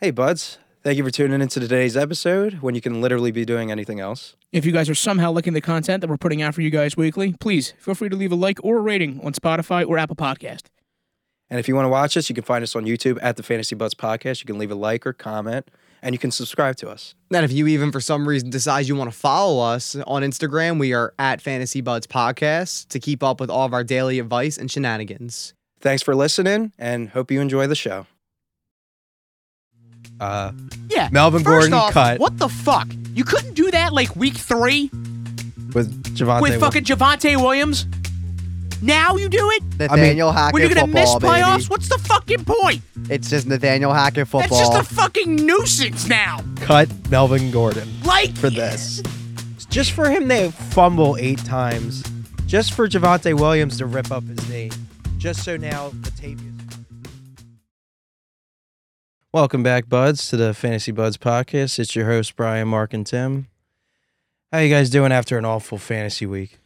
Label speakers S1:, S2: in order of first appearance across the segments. S1: Hey, buds. Thank you for tuning into today's episode when you can literally be doing anything else.
S2: If you guys are somehow liking the content that we're putting out for you guys weekly, please feel free to leave a like or a rating on Spotify or Apple Podcast.
S1: And if you want to watch us, you can find us on YouTube at the Fantasy Buds Podcast. You can leave a like or comment, and you can subscribe to us.
S3: Then, if you even for some reason decide you want to follow us on Instagram, we are at Fantasy Buds Podcast to keep up with all of our daily advice and shenanigans.
S1: Thanks for listening, and hope you enjoy the show. Uh,
S2: Yeah.
S3: Melvin
S2: First
S3: Gordon
S2: off,
S3: cut.
S2: What the fuck? You couldn't do that like week three
S1: with Javante.
S2: with fucking Javante Williams? Now you do it?
S3: Nathaniel Hackett
S2: when you're gonna miss
S3: football, baby.
S2: playoffs? What's the fucking point?
S3: It's just Nathaniel Hackett football.
S2: That's just a fucking nuisance now.
S3: cut Melvin Gordon.
S2: Like
S1: for this. Just for him to fumble eight times. Just for Javante Williams to rip up his knee. Just so now the tape is. Welcome back, buds, to the Fantasy Buds podcast. It's your host Brian, Mark, and Tim. How you guys doing after an awful fantasy week?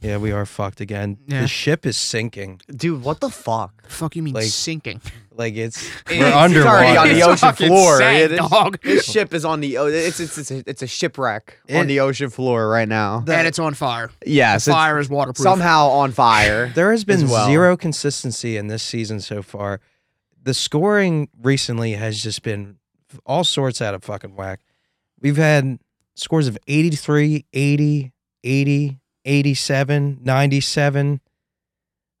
S1: Yeah, we are fucked again.
S2: Yeah.
S1: The ship is sinking.
S3: Dude, what the fuck?
S2: Fuck you mean
S1: Like-
S2: sinking.
S1: Like it's
S3: It's-
S1: we're
S3: it's
S1: underwater.
S3: already on the
S2: It's
S3: ocean
S2: fucking
S3: floor.
S2: sad,
S3: Yeah, this-
S2: dog.
S3: This ship is on the o- it's it's it's a, it's a shipwreck
S1: It-
S3: on the ocean floor right now.
S1: The-
S2: and it's on fire.
S3: Yes, it's
S2: fire is waterproof.
S3: somehow on fire.
S1: There has been
S3: as well.
S1: zero consistency in this season so far. The scoring recently has just been f- all sorts out of fucking whack. We've had scores of 83, 80, 80, 87, 97,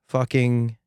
S1: fucking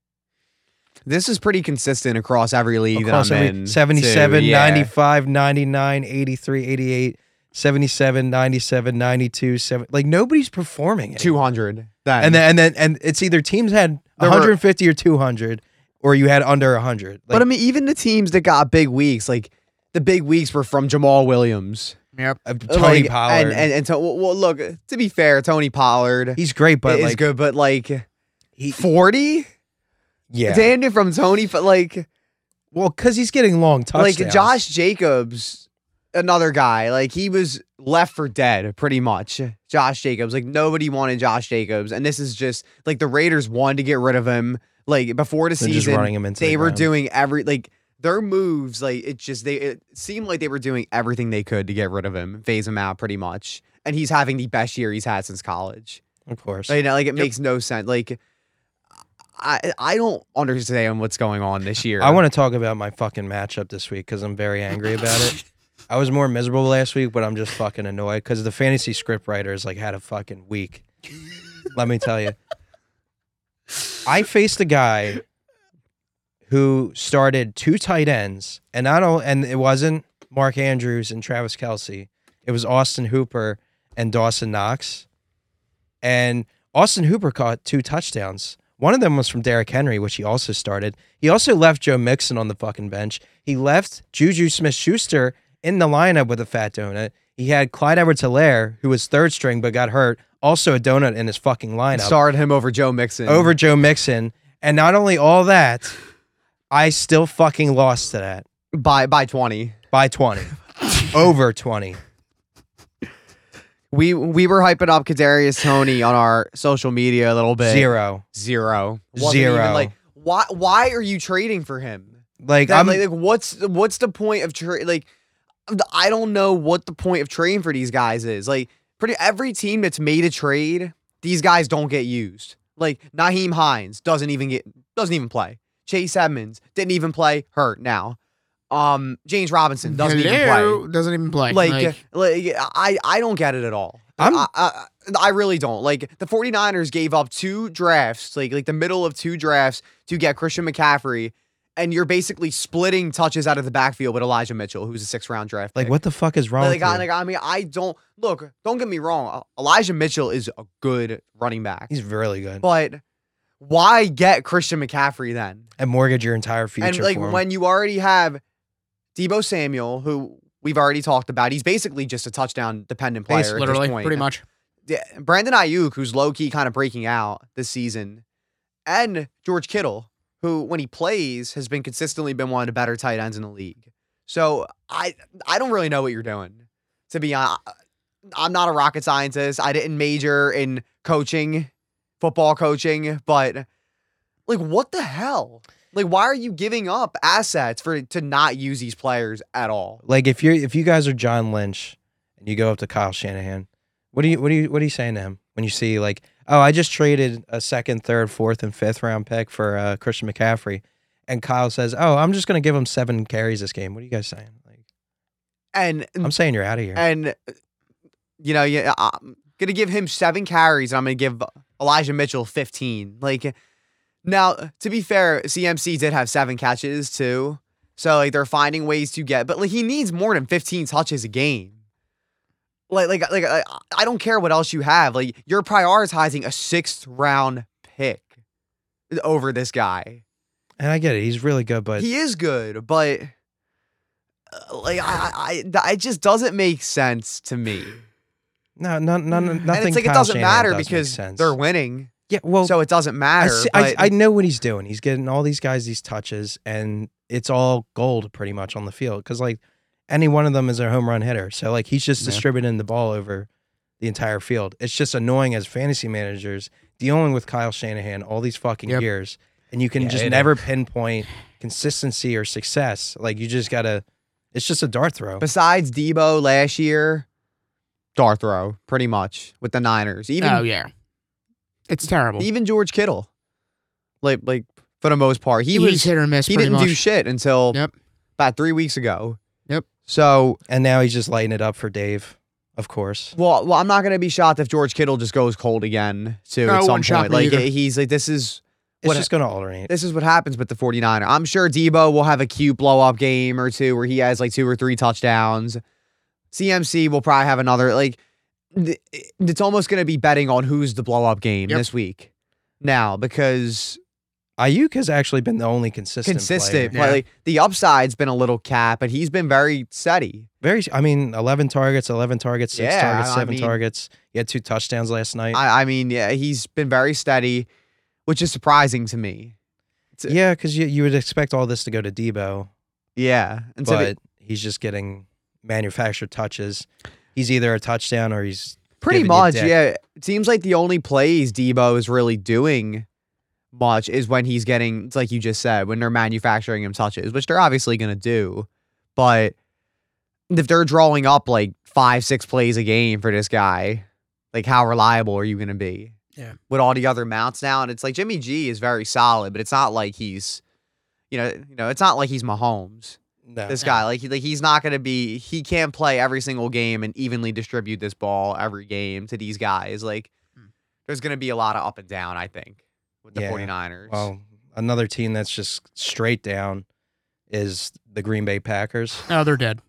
S3: This is pretty consistent across every league
S1: across
S3: that I'm
S1: every-
S3: in.
S1: 77,
S3: too, yeah.
S1: 95, 99, 83, 88, 77, 97, 92, 7. Like nobody's performing. anymore.
S3: 200. That
S1: and then and then and it's either teams had
S3: There were-
S1: 150 or 200 or you had under 100 like,
S3: but I mean, even the teams that got big weeks, like the big weeks were from Jamal Williams,
S2: Yep.
S1: uh, tony
S3: Like,
S1: pollard
S3: and and, and to, well, well, look. To be fair, Tony Pollard
S1: he's great but
S3: is
S1: like
S3: good, but like
S1: he,
S3: 40,
S1: yeah
S3: damn it from Tony, but like
S1: well because he's getting long touchdowns
S3: like Josh Jacobs, another guy, like he was left for dead pretty much. Josh Jacobs, like nobody wanted Josh Jacobs, and this is just like the Raiders wanted to get rid of him like before the
S1: They're just
S3: season.
S1: running him into the
S3: they were
S1: ground.
S3: doing every like their moves like it just they it seemed like they were doing everything they could to get rid of him phase him out pretty much and he's having the best year he's had since college
S1: of course
S3: like, you know, like it makes no sense like i i don't understand what's going on this year
S1: i want to talk about my fucking matchup this week because i'm very angry about it i was more miserable last week but i'm just fucking annoyed because the fantasy script writers like had a fucking week let me tell you i faced a guy who started two tight ends, and not all, and it wasn't Mark Andrews and Travis Kelsey. It was Austin Hooper and Dawson Knox. And Austin Hooper caught two touchdowns. One of them was from Derrick Henry, which he also started. He also left Joe Mixon on the fucking bench. He left Juju Smith Schuster in the lineup with a fat donut. He had Clyde Edwards Hilaire, who was third string but got hurt, also a donut in his fucking lineup
S3: start him over joe mixon
S1: over Joe Mixon. And not only all that, I still fucking lost to that
S3: by by 20
S1: by 20. over 20.
S3: we we were hyping up Kadarius Tony on our social media a little bit.
S1: Zero.
S3: Zero. Wasn't even,
S1: Zero.
S3: like why why are you trading for him?
S1: Like,
S3: That-
S1: I'm,
S3: like, like, what's what's the point of tra- like I don't know what the point of trading for these guys is. Like pretty every team that's made a trade, these guys don't get used. Like Naheem Hines doesn't even get doesn't even play. Chase Edmonds didn't even play hurt now. Um James Robinson doesn't even play.
S2: Hello? Doesn't even play.
S3: Like, like, I, I don't get it at all.
S1: I'm-
S3: I, I, I really don't. Like the 49ers gave up two drafts, like like the middle of two drafts to get Christian McCaffrey, and you're basically splitting touches out of the backfield with Elijah Mitchell, who's a six round draft.
S1: like,
S3: pick.
S1: what the fuck is wrong
S3: Like,
S1: with
S3: I,
S1: you?
S3: like I mean, I don't look. Don't get me wrong. E, Elijah Mitchell is a good running back,
S1: He's really good.
S3: but why get Christian McCaffrey then?
S1: And mortgage your entire future.
S3: and like
S1: for him.
S3: when you already have Debo Samuel, who we've already talked about, he's basically just a touchdown dependent player.
S1: Basi-
S3: at this
S2: literally,
S3: point.
S2: pretty much.
S3: Yeah, Brandon Ayuk, who's low key kind of breaking out this season, and George Kittle, who when he plays has been consistently been one of the better tight ends in the league. So I I don't really know what you're doing. To be honest, I'm not a rocket scientist. I didn't major in coaching, football coaching, but like what the hell? Like, why are you giving up assets for to not use these players at all?
S1: Like if you're if you guys are John Lynch and you go up to Kyle Shanahan, what do you what do you what are you saying to him when you see like, oh, I just traded a second, third, fourth, and fifth round pick for uh, Christian McCaffrey, and Kyle says, oh, I'm just gonna give him seven carries this game. What are you guys saying? Like,
S3: And
S1: I'm saying you're out of here.
S3: and uh, you know, yeah, I'm gonna give him seven carries, and I'm gonna give Elijah Mitchell fifteen. Like, now to be fair, CMC did have seven catches too, so like they're finding ways to get, but like he needs more than fifteen touches a game. Like, like, like, I- I don't care what else you have. Like, you're prioritizing a sixth round pick over this guy.
S1: and I get it, he's really good, but
S3: he is good, but uh, like I, I, I, it just doesn't make sense to me.
S1: no, no, no, no nothing.
S3: and it's like
S1: Kyle
S3: it doesn't
S1: Shanahan
S3: matter
S1: does make
S3: because
S1: sense.
S3: they're winning,
S1: yeah, well,
S3: so it doesn't
S1: I,
S3: matter.
S1: see- I,
S3: but
S1: I know what he's doing. He's getting all these guys these touches, and it's all gold pretty much on the field because like any one of them is a home run hitter. So like he's just
S4: Yeah.
S1: distributing the ball over the entire field. It's just annoying as fantasy managers dealing with Kyle Shanahan all these fucking
S4: Yep.
S1: years, and you can
S4: Yeah,
S1: just
S4: it
S1: never pinpoint consistency or success. Like you just gotta. It's just a dart throw.
S3: besides Debo last year, dart throw pretty much with the Niners. Even
S4: oh yeah, it's terrible.
S3: even George Kittle, like like for the most part, he
S4: He's
S3: was
S4: hit or miss.
S3: he
S4: pretty
S3: didn't
S4: much.
S3: do shit until
S4: Yep.
S3: about three weeks ago.
S4: Yep.
S3: So
S1: And now he's just lighting it up for Dave, of course.
S3: Well, well, I'm not gonna be shocked if George Kittle just goes cold again too
S4: No, it
S3: at some
S4: wouldn't shock
S3: point.
S4: me
S3: Like
S4: either.
S3: he's like, this is
S1: It's
S3: What-
S1: just gonna alternate.
S3: this is what happens with the 49er. I'm sure Debo will have a cute blow up game or two where he has like two or three touchdowns. CMC will probably have another. Like th- it's almost gonna be betting on who's the blow up game
S4: Yep.
S3: this week now because
S1: Ayuk has actually been the only consistent, player.
S3: consistent.
S4: player.
S3: Like, like, the upside's been a little cap, but he's been very steady.
S1: Very, I mean, 11 targets, 11 targets, six
S3: Yeah,
S1: targets,
S3: I
S1: seven
S3: mean-
S1: targets. He had two touchdowns last night.
S3: I, I mean, yeah, he's been very steady, which is surprising to me.
S1: Yeah, 'cause yeah, because you, you would expect all this to go to Debo,
S3: Yeah, and so the-
S1: but he's just getting manufactured touches. He's either a touchdown or he's
S3: Pretty
S1: giving you
S3: much,
S1: dick.
S3: yeah. It seems like the only plays Debo is really doing much is when he's getting, it's like you just said, when they're manufacturing him touches, which they're obviously going to do. But if they're drawing up like five, six plays a game for this guy, like how reliable are you going to be?
S4: Yeah.
S3: With all the other mounts now, and it's like Jimmy G is very solid, but it's not like he's, you know, you know, it's not like he's Mahomes
S1: no.
S3: this
S4: Yeah.
S3: guy. Like, he, like he's not gonna be. He can't play every single game and evenly distribute this ball every game to these guys. Like,
S4: Hmm.
S3: there's gonna be a lot of up and down. I think with the
S1: Yeah.
S3: 49ers.
S1: Well, another team that's just straight down is the Green Bay Packers.
S4: No, they're dead.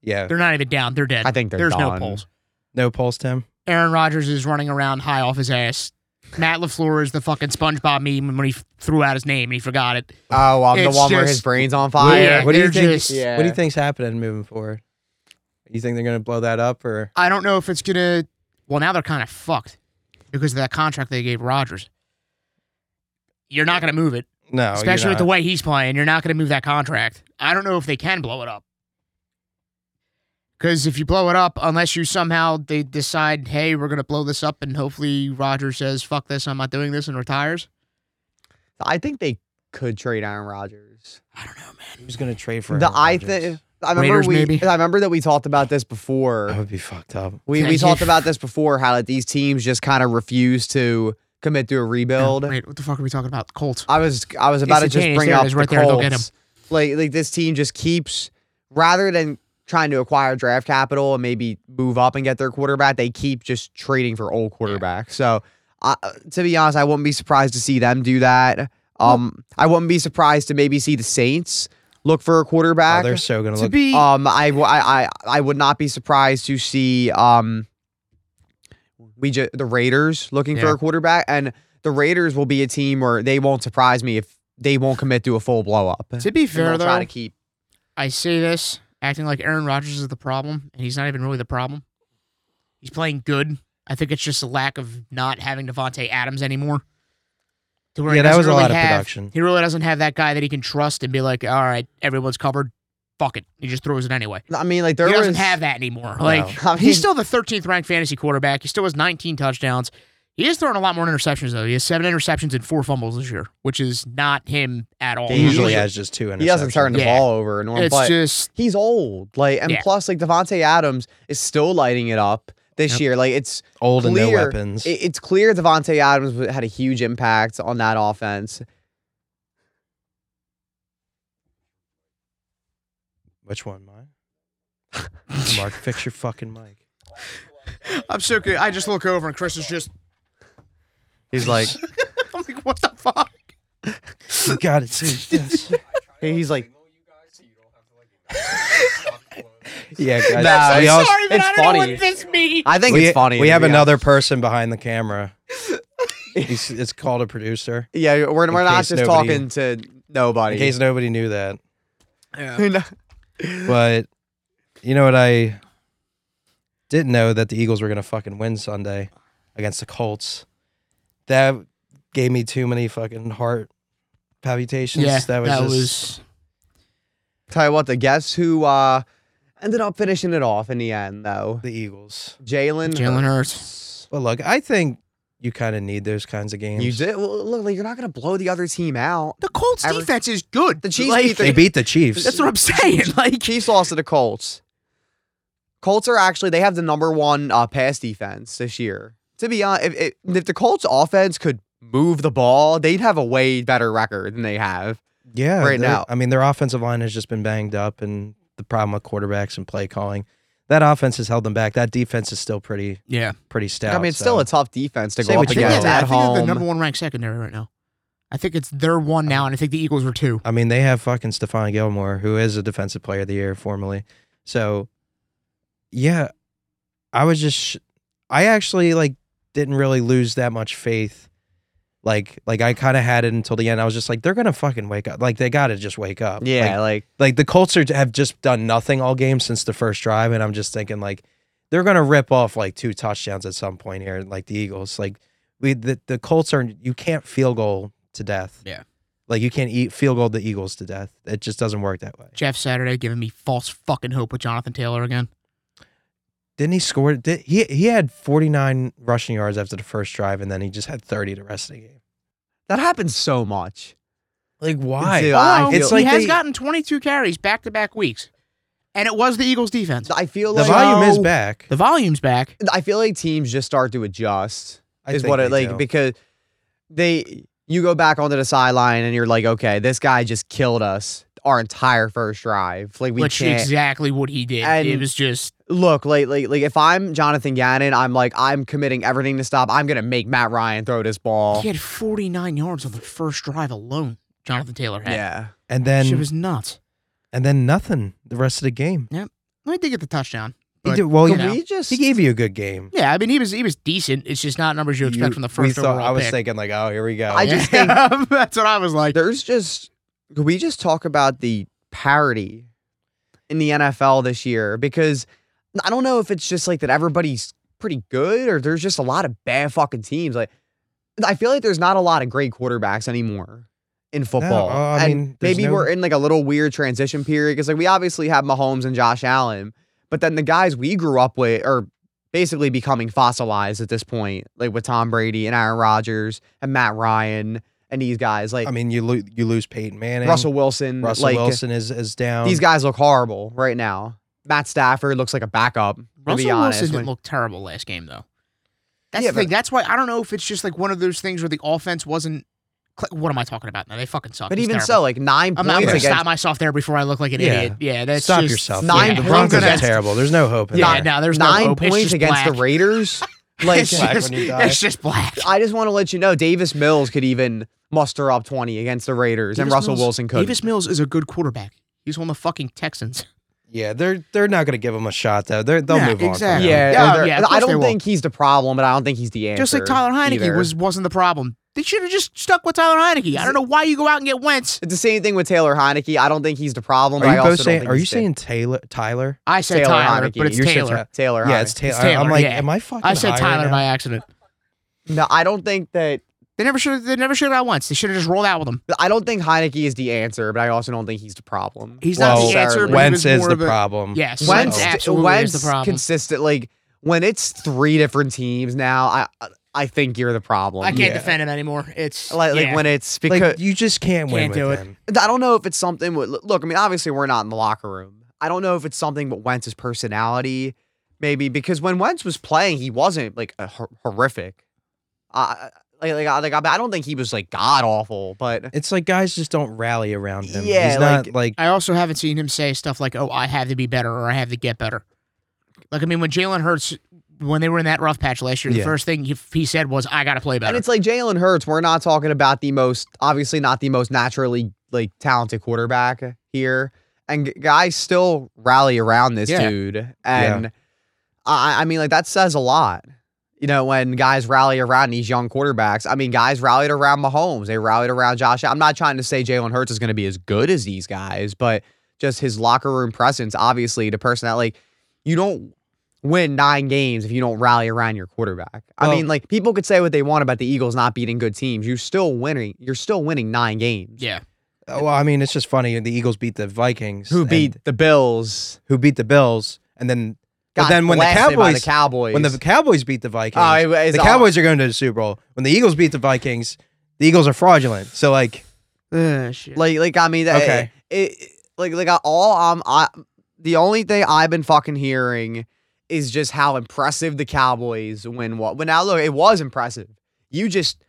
S1: Yeah,
S4: They're not even down. They're dead.
S3: I think they're
S4: There's no
S3: done.
S4: polls.
S1: no pulse, Tim.
S4: Aaron Rodgers is running around high off his ass. Matt Lafleur is the fucking SpongeBob meme when he f- threw out his name and he forgot it.
S3: oh, I'm the
S4: It's
S3: one where his
S4: just-
S3: brain's on fire.
S4: Yeah,
S1: what do you
S4: they're
S1: think?
S4: just-
S1: What do you think's happening moving forward? You think they're gonna blow that up or?
S4: I don't know if it's gonna. Well, now they're kind of fucked because of that contract they gave Rodgers. You're not gonna move it,
S1: No, you're
S4: especially with the
S1: not.
S4: way he's playing. You're not gonna move that contract. I don't know if they can blow it up. Because if you blow it up, unless you somehow they decide, hey, we're gonna blow this up, and hopefully Rodgers says, "Fuck this, I'm not doing this," and retires.
S3: I think they could trade Aaron Rodgers.
S4: I don't know, man.
S1: who's gonna trade for
S3: The
S1: Aaron
S3: I
S1: Rodgers?
S3: think. I remember
S4: Raiders,
S3: we.
S4: maybe?
S3: I remember that we talked about this before.
S1: That would be fucked up.
S3: we
S4: Yeah,
S3: we
S4: you-
S3: talked about this before. How that these teams just kind of refuse to commit to a rebuild.
S4: Wait, what the fuck are we talking about? Colts.
S3: I was I was about to just
S4: Instantaneous,
S3: bring
S4: there it
S3: up
S4: is, right
S3: the
S4: there, they'll
S3: Colts.
S4: get
S3: Like like this team just keeps rather than trying to acquire draft capital and maybe move up and get their quarterback, they keep just trading for old quarterbacks. So I, to be honest, I wouldn't be surprised to see them do that. Um, I wouldn't be surprised to maybe see the Saints look for a
S1: Oh,
S3: quarterback.
S1: they're so gonna
S4: To
S1: look.
S4: be
S3: Um, I, w- I, I, I would not be surprised to see um, we ju- the Raiders looking for
S4: Yeah.
S3: a quarterback, and the Raiders will be a team where they won't surprise me if they won't commit to a full blow up.
S4: to be
S3: And
S4: fair
S3: they'll
S4: though,
S3: try to keep.
S4: I say this acting like Aaron Rodgers is the problem, and he's not even really the problem. He's playing good. I think it's just a lack of not having Devonte Adams anymore. To where he
S1: yeah, that
S4: doesn't
S1: was a
S4: really
S1: lot of
S4: have-
S1: production.
S4: He really doesn't have that guy that he can trust and be like, all right, everyone's covered. Fuck it. He just throws it anyway.
S3: I mean, like there
S4: he
S3: was
S4: doesn't have that anymore. Like
S3: I mean-
S4: he's still the 13th ranked fantasy quarterback. He still has 19 touchdowns. He is throwing a lot more interceptions though. He has seven interceptions and four fumbles this year, which is not him at all.
S3: He
S1: He usually
S3: usually-
S1: has just two interceptions.
S3: He doesn't turn the
S4: Yeah.
S3: ball over and on
S4: It's
S3: play.
S4: just
S3: He's old, like, and
S4: Yeah.
S3: plus, like Devonte Adams is still lighting it up this
S4: Yep.
S3: year. Like, it's
S1: old and no
S3: clear-
S1: weapons.
S3: it, it's clear Devonte Adams w- had a huge impact on that offense.
S1: Which one, mine? Mark, fix your fucking mic.
S4: I'm so good. I just look over and Chris is just
S3: He's like,
S4: I'm like, what the fuck?
S1: You got it. Too. Yes.
S3: he's like,
S1: Yeah, guys.
S3: Nah,
S1: we
S3: it's-
S1: all-
S4: Sorry, but
S3: it's
S4: I don't know
S3: funny.
S4: what this means.
S3: I think
S1: we,
S3: it's funny.
S1: We
S3: to
S1: have
S3: be
S1: another
S3: honest.
S1: person behind the camera. He's, it's called a producer.
S3: Yeah, we're, we're not
S1: case
S3: just
S1: nobody-
S3: talking to
S1: In
S3: nobody.
S1: case nobody knew that,
S3: No.
S1: but you know what I didn't know that the Eagles were gonna fucking win Sunday against the Colts. That gave me too many fucking heart palpitations.
S4: yeah,
S1: that was just,
S3: Tell you what, the guess who uh, ended up finishing it off in the end, though?
S1: the Eagles.
S3: Jalen.
S4: Jalen Hurts.
S3: Hurts.
S1: But look, I think you kind of need those kinds of games.
S3: You did. Well, look, like, you're not going to blow the other team out.
S4: The Colts
S3: Ever-
S4: defense is good.
S3: The Chiefs
S4: Like,
S3: beat the-
S1: they beat the Chiefs.
S4: That's what I'm saying. Like
S3: Chiefs lost to the Colts. Colts are actually they have the number one uh, pass defense this year. To be honest, if, if, if the Colts offense could move the ball, they'd have a way better record than they have.
S1: Yeah,
S3: right
S1: they're-
S3: now.
S1: I mean, their offensive line has just been banged up, and the problem with quarterbacks and play calling, that offense has held them back. That defense is still pretty,
S4: Yeah.
S1: pretty stout.
S3: I mean, it's
S1: so-
S3: still a tough defense to
S1: Say
S3: go
S1: what
S3: up
S4: I
S1: you
S4: think,
S1: want.
S3: against
S4: they're- I
S3: at
S4: think they're the
S3: home.
S4: number one ranked secondary right now. I think it's they're one now, and I think the Eagles were two.
S1: I mean, they have fucking Stephon Gilmore, who is a defensive player of the year formerly. So, yeah, I was just, sh- I actually like didn't really lose that much faith. Like, like I kind of had it until the end. I was just like, they're gonna fucking wake up. Like, they gotta just wake up. Like,
S3: yeah, like,
S1: like the Colts are, have just done nothing all game since the first drive, and I'm just thinking like they're gonna rip off like two touchdowns at some point here, like the Eagles. Like we the, the Colts are you can't field goal to death.
S4: Yeah.
S1: like you can't eat field goal the Eagles to death. It just doesn't work that way.
S4: Jeff Saturday giving me false fucking hope with Jonathan Taylor again.
S1: Didn't he score? Did he he had 49 rushing yards after the first drive, and then he just had 30 the rest of the game.
S3: that happens so much.
S1: Like why?
S3: Dude, I
S1: feel-
S4: Although Oh, he
S1: It's like
S4: has
S1: they-
S4: gotten 22 carries back to back weeks, and it was the Eagles defense.
S3: I feel
S1: The
S3: like um,
S1: volume is back.
S4: The volume's back.
S3: I feel like teams just start to adjust.
S1: I
S3: is
S1: think
S3: what it
S1: they
S3: like
S1: do.
S3: because they you go back onto the sideline and you're like, okay, this guy just killed us our entire first drive. Like we
S4: which is
S3: can't
S4: exactly what he did.
S3: And-
S4: it was just
S3: look like, like like if I'm Jonathan Gannon, I'm like I'm committing everything to stop. I'm gonna make Matt Ryan throw this ball.
S4: he had 49 yards on the first drive alone. Jonathan Taylor had.
S3: Yeah,
S1: and
S4: Shit
S1: then
S4: was nuts.
S1: and then nothing the rest of the game.
S4: Let me think at the touchdown.
S1: He
S4: But,
S1: did- well,
S4: you
S1: he-
S4: know.
S3: we just
S1: he gave you a good game.
S4: Yeah, I mean he was he was decent. It's just not numbers you expect
S1: You-
S4: from the
S1: we
S4: first
S1: thought-
S4: overall
S1: I was
S4: pick.
S1: thinking like, oh, here we go.
S3: I just
S4: Yeah, that's what I was like.
S3: there's just could we just talk about the parity in the NFL this year because I don't know if it's just like that everybody's pretty good or there's just a lot of bad fucking teams. Like I feel like there's not a lot of great quarterbacks anymore in football.
S1: oh, I
S3: and
S1: mean, there's
S3: maybe
S1: no-
S3: we're in like a little weird transition period because like we obviously have Mahomes and Josh Allen, but then the guys we grew up with are basically becoming fossilized at this point, like with Tom Brady and Aaron Rodgers and Matt Ryan and these guys. Like
S1: I mean, you lo- you lose Peyton Manning.
S3: Russell Wilson,
S1: Russell
S3: like
S1: Wilson is is down.
S3: these guys look horrible right now. Matt Stafford looks like a backup. To
S4: Russell
S3: be honest,
S4: Wilson didn't
S3: Like,
S4: look terrible last game though. That's
S3: Yeah,
S4: the thing.
S3: but-
S4: That's why I don't know if it's just like one of those things where the offense wasn't. cl- What am I talking about? No, they fucking suck.
S3: but
S4: He's
S3: even
S4: terrible.
S3: so, like 9
S4: I'm not
S3: points
S4: gonna
S3: against
S4: stop myself there before I look like an
S1: Yeah.
S4: idiot. Yeah, that's
S1: Stop
S4: just,
S1: yourself.
S3: nine
S1: the
S4: yeah,
S1: Broncos
S4: I'm
S1: are
S4: gonna-
S1: terrible. There's no hope. In
S4: Yeah,
S1: there.
S4: no, there's no
S3: nine
S4: hope. It's
S3: points
S4: just
S3: against the
S4: black.
S3: Raiders. like
S4: It's
S1: Black
S4: just-
S1: when you die.
S4: it's just black.
S3: I just want to let you know, Davis Mills could even muster up 20 against the Raiders, and
S4: Davis
S3: Russell
S4: Mills-
S3: Wilson could.
S4: Davis Mills is a good quarterback. He's on the fucking Texans.
S1: yeah, they're they're not going to give him a shot though. They're, they'll
S4: Yeah,
S1: move on. from
S4: exactly.
S1: him.
S3: yeah,
S4: Yeah,
S3: and they're-
S4: yeah, of
S3: and I
S4: course they
S3: don't
S4: will.
S3: think he's the problem, but I don't think he's the answer.
S4: Just like Tyler Heineke
S3: either.
S4: was wasn't the problem. They should have just stuck with Tyler Heineke. I don't know why you go out and get Wentz.
S3: It's the same thing with Taylor Heineke. I don't think he's the problem. but
S1: Are
S3: I
S1: you
S3: also
S1: both
S3: don't
S1: saying?
S3: think
S1: Are you
S3: he's the-
S1: saying Taylor? Tyler?
S4: I said
S3: Taylor
S4: Taylor,
S3: Heineke?
S4: but it's
S3: You're saying
S4: Taylor.
S1: Ty-
S3: Taylor?
S1: Yeah, it's
S3: Heineke.
S1: Taylor.
S4: It's Taylor,
S1: I'm like,
S4: yeah.
S1: am I fucking?
S4: I said
S1: high
S4: Tyler
S1: right
S4: by
S1: now?
S4: accident.
S3: No, I don't think that.
S4: They never should. They never should have got Wentz. They should have just rolled out with him.
S3: I don't think Heineke is the answer, but I also don't think he's the problem.
S4: He's not
S1: Well,
S4: the answer. but he
S1: Wentz
S4: was
S1: is
S4: more
S1: the
S4: of a-
S1: problem.
S4: Yes,
S1: Wentz
S4: Wentz
S1: So-
S4: absolutely
S3: Wentz
S4: is the problem.
S3: consistent like when it's three different teams now. I I think you're the problem.
S4: I can't
S1: Yeah.
S4: defend him anymore. It's
S3: like, like
S4: yeah.
S3: when it's because
S1: Like you just can't win
S4: Can't
S1: with
S4: do it.
S1: him.
S3: I don't know if it's something with look, I mean, obviously we're not in the locker room. I don't know if it's something with Wentz's personality, maybe because when Wentz was playing, he wasn't like a, hor- horrific. Uh, like, like, I- like, I I don't think he was like god awful, but
S1: It's like guys just don't rally around him.
S3: Yeah,
S1: he's not like,
S4: I also haven't seen him say stuff like, "Oh, I have to be better" or "I have to get better." Like I mean, when Jalen Hurts, when they were in that rough patch last year, the
S1: Yeah.
S4: first thing he, he said was, "I got to play
S3: and
S4: better."
S3: it's like Jalen Hurts. We're not talking about the most obviously not the most naturally like talented quarterback here, and g- guys still rally around this
S4: Yeah.
S3: dude, and I, I mean, like that says a lot. You know, when guys rally around these young quarterbacks, I mean, guys rallied around Mahomes. They rallied around Josh. I'm not trying to say Jalen Hurts is going to be as good as these guys, but just his locker room presence, obviously, the person that, like, you don't win nine games if you don't rally around your quarterback. I
S1: Well-
S3: mean, like, people could say what they want about the Eagles not beating good teams. You're still winning. You're still winning nine games.
S4: yeah,
S1: well, I mean, it's just funny. The Eagles beat the Vikings,
S3: uh, Who
S1: and-
S3: beat the Bills?
S1: who beat the Bills, and then but
S3: got
S1: then when the
S3: blasted by the
S1: Cowboys,
S3: Cowboys,
S1: when the Cowboys beat the Vikings,
S3: Oh, it was
S1: the
S3: all-
S1: Cowboys are going to the Super Bowl. When the Eagles beat the Vikings, the Eagles are fraudulent. So like,
S4: Ugh, shit.
S3: Like, like I mean, that,
S1: Okay.
S3: It, it- like, like I- all um, I the only thing I've been fucking hearing is just how impressive the Cowboys win. What? But now look, it was impressive. You just,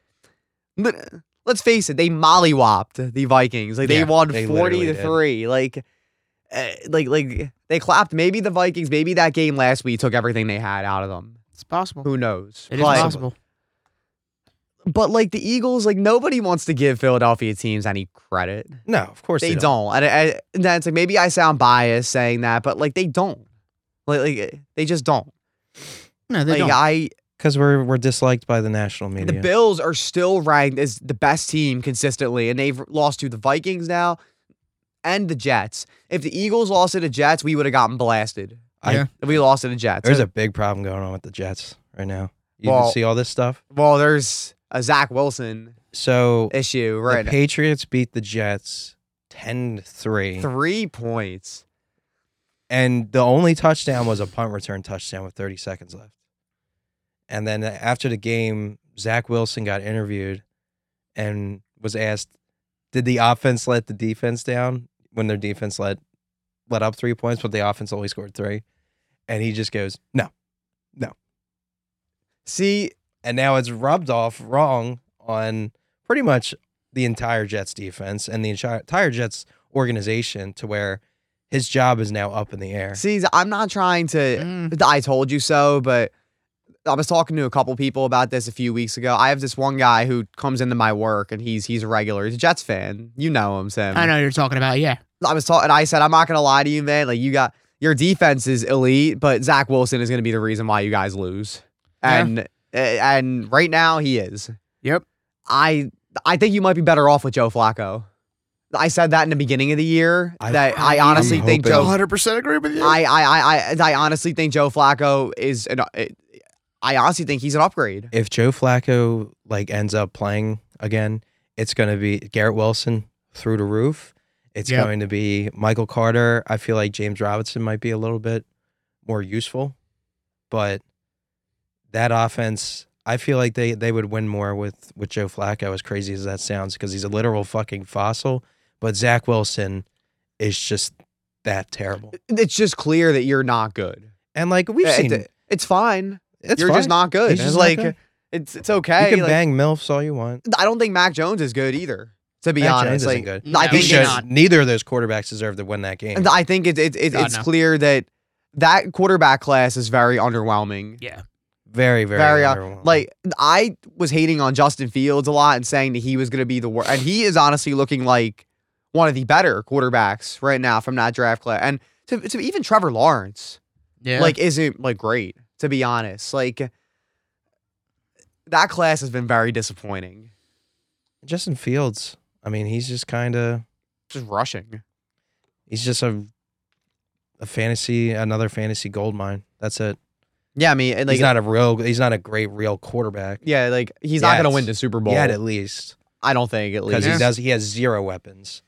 S3: but, uh, let's face it, they mollywopped the Vikings. Like they
S1: Yeah,
S3: won
S1: they
S3: forty
S1: literally
S3: to
S1: did.
S3: three. Like, uh, like, like they clapped. Maybe the Vikings. Maybe that game last week took everything they had out of them.
S4: it's possible.
S3: Who knows?
S4: It is
S3: But-
S4: possible.
S3: But like the Eagles, like nobody wants to give Philadelphia teams any credit
S1: no, of course
S3: they, don't. And I, I, and that's like maybe I sound biased saying that, but like they don't. Like, like they just don't.
S4: No, they
S3: like
S4: don't.
S3: I,
S1: because we're we're disliked by the national
S3: the
S1: media.
S3: Bills are still ranked as the best team consistently, and they've lost to the Vikings now and the Jets. If the Eagles lost to the Jets, we would have gotten blasted.
S1: I-
S4: Yeah.
S3: If we lost to the Jets,
S1: There's a big problem going on with the Jets right now. You
S3: Well-
S1: can see all this stuff.
S3: well, there's a Zach Wilson
S1: So
S3: issue
S1: the
S3: right
S1: Patriots beat the Jets 10-3.
S3: three points.
S1: and the only touchdown was a punt return touchdown with 30 seconds left. And then after the game, Zach Wilson got interviewed and was asked, "Did the offense let the defense down when their defense let let up three points, but the offense only scored three? And he just goes, "No."
S3: See,
S1: And now it's rubbed off wrong on pretty much the entire Jets defense and the entire- entire Jets organization to where his job is now up in the air.
S3: see, I'm not trying to.
S4: Mm.
S3: the I told you so, but I was talking to a couple people about this a few weeks ago. I have this one guy who comes into my work and he's he's a regular. He's a Jets fan. You know him, Sam.
S4: I know you're talking about. Yeah,
S3: I was talking I said, I'm not gonna lie to you, man. Like you got your defense is elite, but Zach Wilson is gonna be the reason why you guys lose.
S4: Yeah.
S3: And eh, and right now he is.
S4: Yep.
S3: I I think you might be better off with Joe Flacco. I said that in the beginning of the year.
S1: I-
S3: that I
S4: I'm
S3: honestly think
S1: hoping-
S3: Joe
S4: 100 percent agree with you.
S3: I, I, I, I, I honestly think Joe Flacco is an. uh, I honestly think he's an upgrade.
S1: if Joe Flacco like ends up playing again, it's going to be Garrett Wilson through the roof. It's
S4: Yep.
S1: going to be Michael Carter. I feel like James Robinson might be a little bit more useful, but that offense, I feel like they they would win more with with Joe Flacco. As crazy as that sounds, because he's a literal fucking fossil. But Zach Wilson is just that terrible.
S3: It's just clear that you're not good.
S1: And like we've
S3: It-
S1: seen,
S3: it- it's fine.
S1: it's
S3: you're
S1: fine.
S3: just not good.
S1: He's
S3: It's
S1: just not
S3: like
S1: good.
S3: it's it's okay.
S1: you can
S3: Like,
S1: bang milfs all you want.
S3: I don't think Mac Jones is good either. To be
S1: Mac Jones
S3: honest,
S1: isn't
S3: like
S1: good.
S3: I
S4: No,
S1: He
S3: think
S4: he's
S1: shows
S3: it's-
S4: not.
S1: neither of those quarterbacks deserve to win that game.
S3: I think it's it's it's,
S4: God,
S3: it's
S4: no.
S3: clear that that quarterback class is very underwhelming.
S4: yeah,
S1: Very, very,
S3: Very, uh,
S1: underwhelming.
S3: Like I was hating on Justin Fields a lot and saying that he was going to be the worst, and he is honestly looking like one of the better quarterbacks right now from that draft class. And to, to even Trevor Lawrence,
S4: yeah.
S3: like, isn't like great to be honest. Like that class has been very disappointing.
S1: Justin Fields. I mean, he's just kind of
S3: Just rushing.
S1: he's just a a fantasy another fantasy gold mine. That's it.
S3: Yeah, I mean, and, like
S1: he's not a real he's not a great real quarterback.
S3: yeah, like he's not going to
S1: Yes.
S3: win the Super Bowl.
S1: Yet at least
S3: I don't think at
S1: because
S3: least.
S1: he
S4: Yeah.
S1: does he has zero weapons.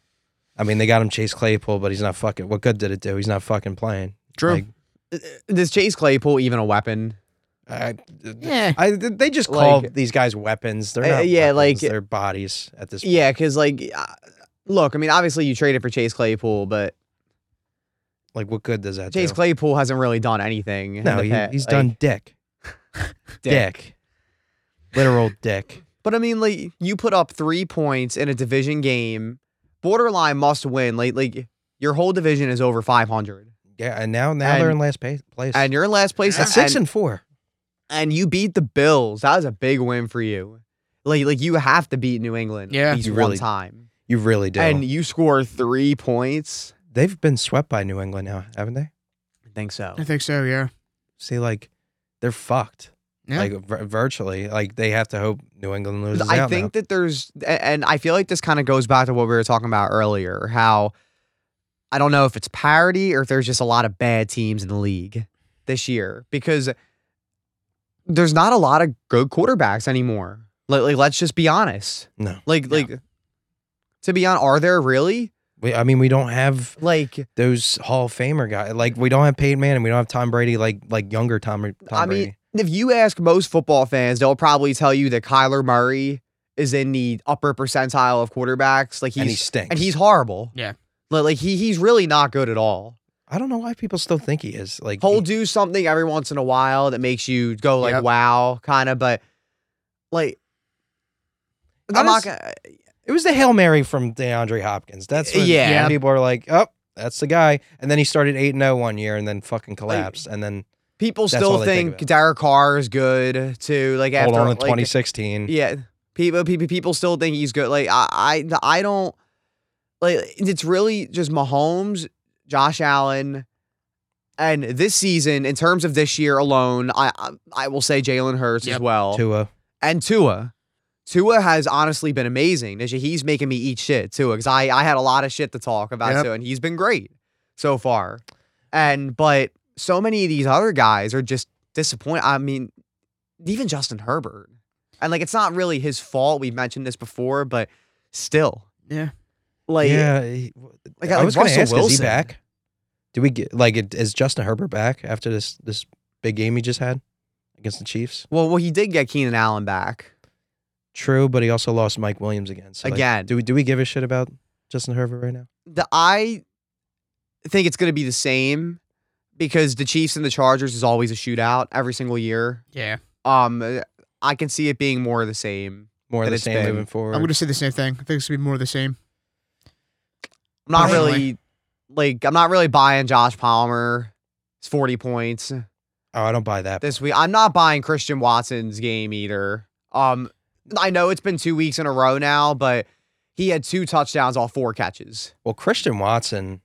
S1: I mean, they got him Chase Claypool, but he's not fucking. What good did it do? He's not fucking playing.
S3: Uh,
S4: true.
S1: Like,
S3: Is Chase Claypool even a weapon?
S1: I,
S4: Yeah.
S1: I, they just call
S3: Like-
S1: these guys weapons. They're
S3: Uh,
S1: not
S3: yeah,
S1: weapons,
S3: like- E
S1: they're bodies at this.
S3: Yeah, because like, uh, look, I mean, obviously you traded for Chase Claypool, but
S1: Like, what good does that
S3: Chase
S1: do?
S3: Claypool hasn't really done anything. in
S1: no,
S3: the
S1: he,
S3: pa-
S1: he's
S3: like,
S1: done dick. dick. Literal dick.
S3: But I mean, like, you put up three points in a division game, borderline must win. Like, like your whole division is over five hundred,
S1: Yeah, and now now they're in last pa- place.
S3: and you're in last place.
S1: It's six
S3: and,
S1: and four.
S3: and you beat the Bills. That was a big win for you. Like, like you have to beat New England.
S4: Yeah.
S3: at least
S1: You
S3: one
S1: really
S3: time.
S1: You really do.
S3: And you score three points.
S1: They've been swept by New England now, haven't they?
S3: I think so.
S4: I think so. Yeah.
S1: See, like they're fucked.
S4: Yeah.
S1: Like vir- virtually, like they have to hope New England loses
S3: I
S1: out
S3: think that there's, a- and I feel like this kind of goes back to what we were talking about earlier. How I don't know if it's parity or if there's just a lot of bad teams in the league this year because there's not a lot of good quarterbacks anymore. Like, like let's just be honest.
S1: now. No,
S3: Like,
S4: No.
S3: like to be honest, are there really
S1: we, I mean we don't have
S3: like?
S1: those Hall of Famer guys. Like we don't have Peyton Manning. We don't have Tom Brady. Like like younger Tom. Tom
S3: I
S1: Brady.
S3: mean, if you ask most football fans, they'll probably tell you that Kyler Murray is in the upper percentile of quarterbacks. Like he's
S1: and he stinks.
S3: and he's horrible.
S4: Yeah.
S3: Li- Like he he's really not good at all.
S1: I don't know why people still think he is. Like
S3: He'll
S1: he-
S3: do something every once in a while that makes you go like
S4: Yep.
S3: wow kind of but like I'm not
S1: Honest-
S3: gonna,
S1: it was the hail mary from DeAndre Hopkins. That's when
S3: Yeah.
S4: Yeah.
S1: People are like, oh, that's the guy. And then he started eight and zero one year, and then fucking collapsed. and then
S3: people
S1: That's
S3: still
S1: all they think
S3: think
S1: about.
S3: Derek Carr is good too. Like
S1: hold
S3: after
S1: on to
S3: like,
S1: 2016.
S3: Yeah, people people people still think he's good. Like I I I don't like it's really just Mahomes, Josh Allen, and this season in terms of this year alone, I I, I will say Jalen Hurts as
S4: Yep.
S3: well
S1: Tua.
S3: and Tua. Tua has honestly been amazing. This year, He's making me eat shit too because I I had a lot of shit to talk about
S4: Yep.
S3: too, and he's been great so far. And but so many of these other guys are just disappointed. I mean, even Justin Herbert, and like it's not really his fault. We've mentioned this before, but still,
S4: Yeah.
S3: like
S1: yeah, he-
S3: like,
S1: I
S3: like
S1: was going to
S3: Russell
S1: ask, is
S3: Wilson.
S1: he back? Do we get like it- is Justin Herbert back after this this big game he just had against the Chiefs?
S3: Well, well, he did get Keenan Allen back.
S1: True, but he also lost Mike Williams again. So like,
S3: Again.
S1: do we do we give a shit about Justin Herbert right now?
S3: the I think it's going to be the same because the Chiefs and the Chargers is always a shootout every single year.
S4: Yeah.
S3: Um, uh, I can see it being more of the same.
S1: More of
S3: But
S1: the
S3: it's
S1: same
S3: been-
S1: moving forward.
S4: I'm gonna say the same thing. I think it's gonna be more of the same.
S3: I'm not
S4: Personally.
S3: really like I'm not really buying Josh Palmer. It's 40 points
S1: oh, I don't buy that.
S3: this week. I'm not buying Christian Watson's game either. Um, I know it's been two weeks in a row now, but he had two touchdowns, all four catches.
S1: well, Christian Watson,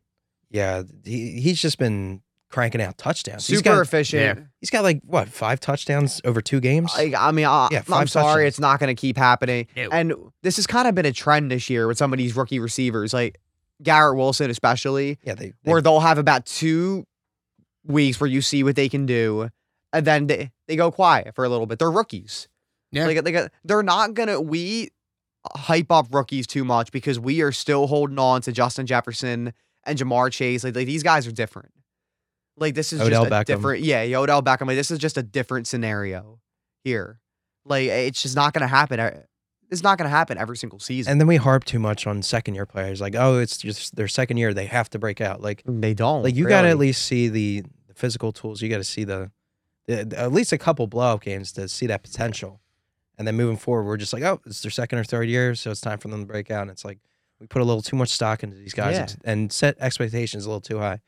S1: yeah, he, he's just been cranking out touchdowns. he's
S3: Super
S1: got
S3: efficient.
S1: he's got like what five touchdowns over two games.
S3: Like, I mean, I,
S1: Yeah,
S3: I'm
S1: five
S3: sorry,
S1: touchdowns.
S3: it's not going to keep happening.
S4: No.
S3: And this has kind of been a trend this year with some of these rookie receivers, like Garrett Wilson, especially,
S1: yeah, they, they
S3: where they'll have about two weeks where you see what they can do, and then they, they go quiet for a little bit. They're rookies.
S4: Yeah.
S3: Like, like they're not going to, we hype up rookies too much because we are still holding on to Justin Jefferson and Jamar Chase. Like, like these guys are different. Like this is
S1: Odell
S3: just a
S1: Beckham.
S3: different, yeah, yeah, Odell Beckham. Like this is just a different scenario here. Like it's just not gonna happen. e- It's not gonna happen every single season.
S1: and then we harp too much on second year players. Like, oh, it's just their second year; they have to break out. Like.
S3: And they don't.
S1: like you got to
S3: Oh, really.
S1: at least see the, the physical tools. You got to see the, the the- at least a couple blowout games to see that potential. And then moving forward, we're just like, oh, it's their second or third year, so it's time for them to break out. And it's like we put a little too much stock into these guys and, and set expectations a little too high.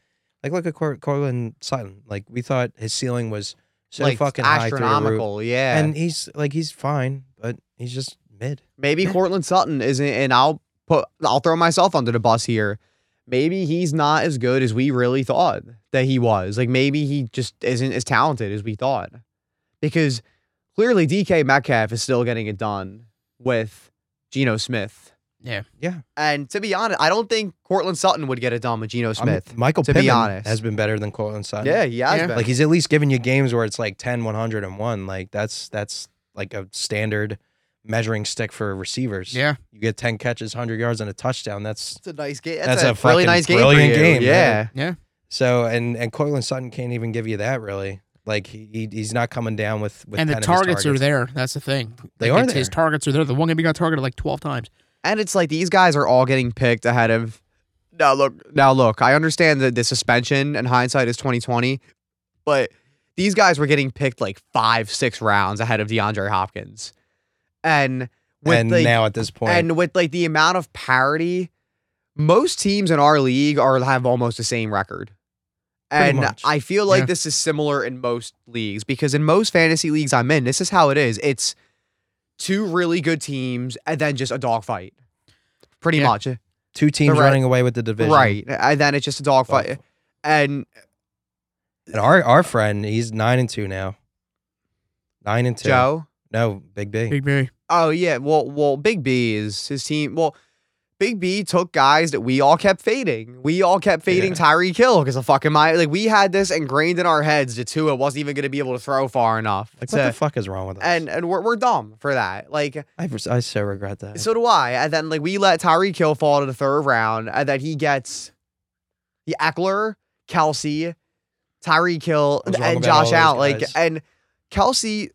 S1: Like look at Cor- Corlin Sutton. Like we thought his ceiling was so
S3: like
S1: fucking high through the roof.
S3: astronomical. yeah,
S1: and he's like he's fine, but he's just mid.
S3: maybe Cortland Sutton isn't, and I'll put I'll throw myself under the bus here. Maybe he's not as good as we really thought that he was. Like maybe he just isn't as talented as we thought. Because clearly DK Metcalf is still getting it done with Geno Smith.
S4: Yeah.
S1: Yeah.
S3: And to be honest, I don't think Cortland Sutton would get it done with Geno
S1: I'm-
S3: Smith.
S1: Michael
S3: to
S1: Pittman
S3: be honest.
S1: has been better than Cortland Sutton.
S3: yeah, he has
S4: Yeah.
S3: been.
S1: like he's at least giving you games where it's like 10 100 and 1 like that's that's like a standard measuring stick for receivers
S4: Yeah.
S1: you get 10 catches 100 yards and a touchdown that's
S3: that's a nice game.
S1: That's a
S3: really
S1: fucking
S3: nice game. for
S1: brilliant
S3: you.
S1: game,
S3: Yeah.
S1: so and and Cortland Sutton can't even give you that really Like he, he he's not coming down with with
S4: and the
S1: 10 of his
S4: targets, are there. That's the thing.
S1: They
S4: Like,
S1: are
S4: it's- His
S1: there.
S4: targets are there. The one game he got targeted like twelve times.
S3: And it's like these guys are all getting picked ahead of. Now look, now look. I understand that the suspension and hindsight is twenty twenty, but these guys were getting picked like five, six rounds ahead of DeAndre Hopkins, and with
S1: and
S3: like,
S1: now at this point,
S3: and with like the amount of parity, most teams in our league are have almost the same record.
S1: Pretty
S3: And
S1: much.
S3: I feel like
S4: Yeah.
S3: this is similar in most leagues because in most fantasy leagues I'm in, this is how it is. It's two really good teams and then just a dogfight. Pretty
S4: Yeah.
S3: much.
S1: two teams
S3: right.
S1: running away with the division.
S3: Right. uh, And then it's just a dogfight. And
S1: And our our friend, he's nine and two now. Nine and two.
S3: Joe,
S1: No, Big B.
S4: Big B.
S3: Oh yeah, well, well, Big B is his team. Well, Big B took guys that we all kept fading. We all kept fading
S1: Yeah.
S3: Tyree Kill because of fucking my like we had this ingrained in our heads that Tua wasn't even going to be able to throw far enough.
S1: Like, what
S3: So-
S1: the fuck is wrong with us?
S3: and and we're, we're dumb for that. Like
S1: I, res- I so regret that.
S3: so do I. And then like we let Tyree Kill fall to the third round, and then he gets the Eckler, Kelsey, Tyree Kill,
S1: I was wrong
S3: and
S1: about all
S3: Josh
S1: those
S3: out. Like
S1: guys.
S3: and Kelsey,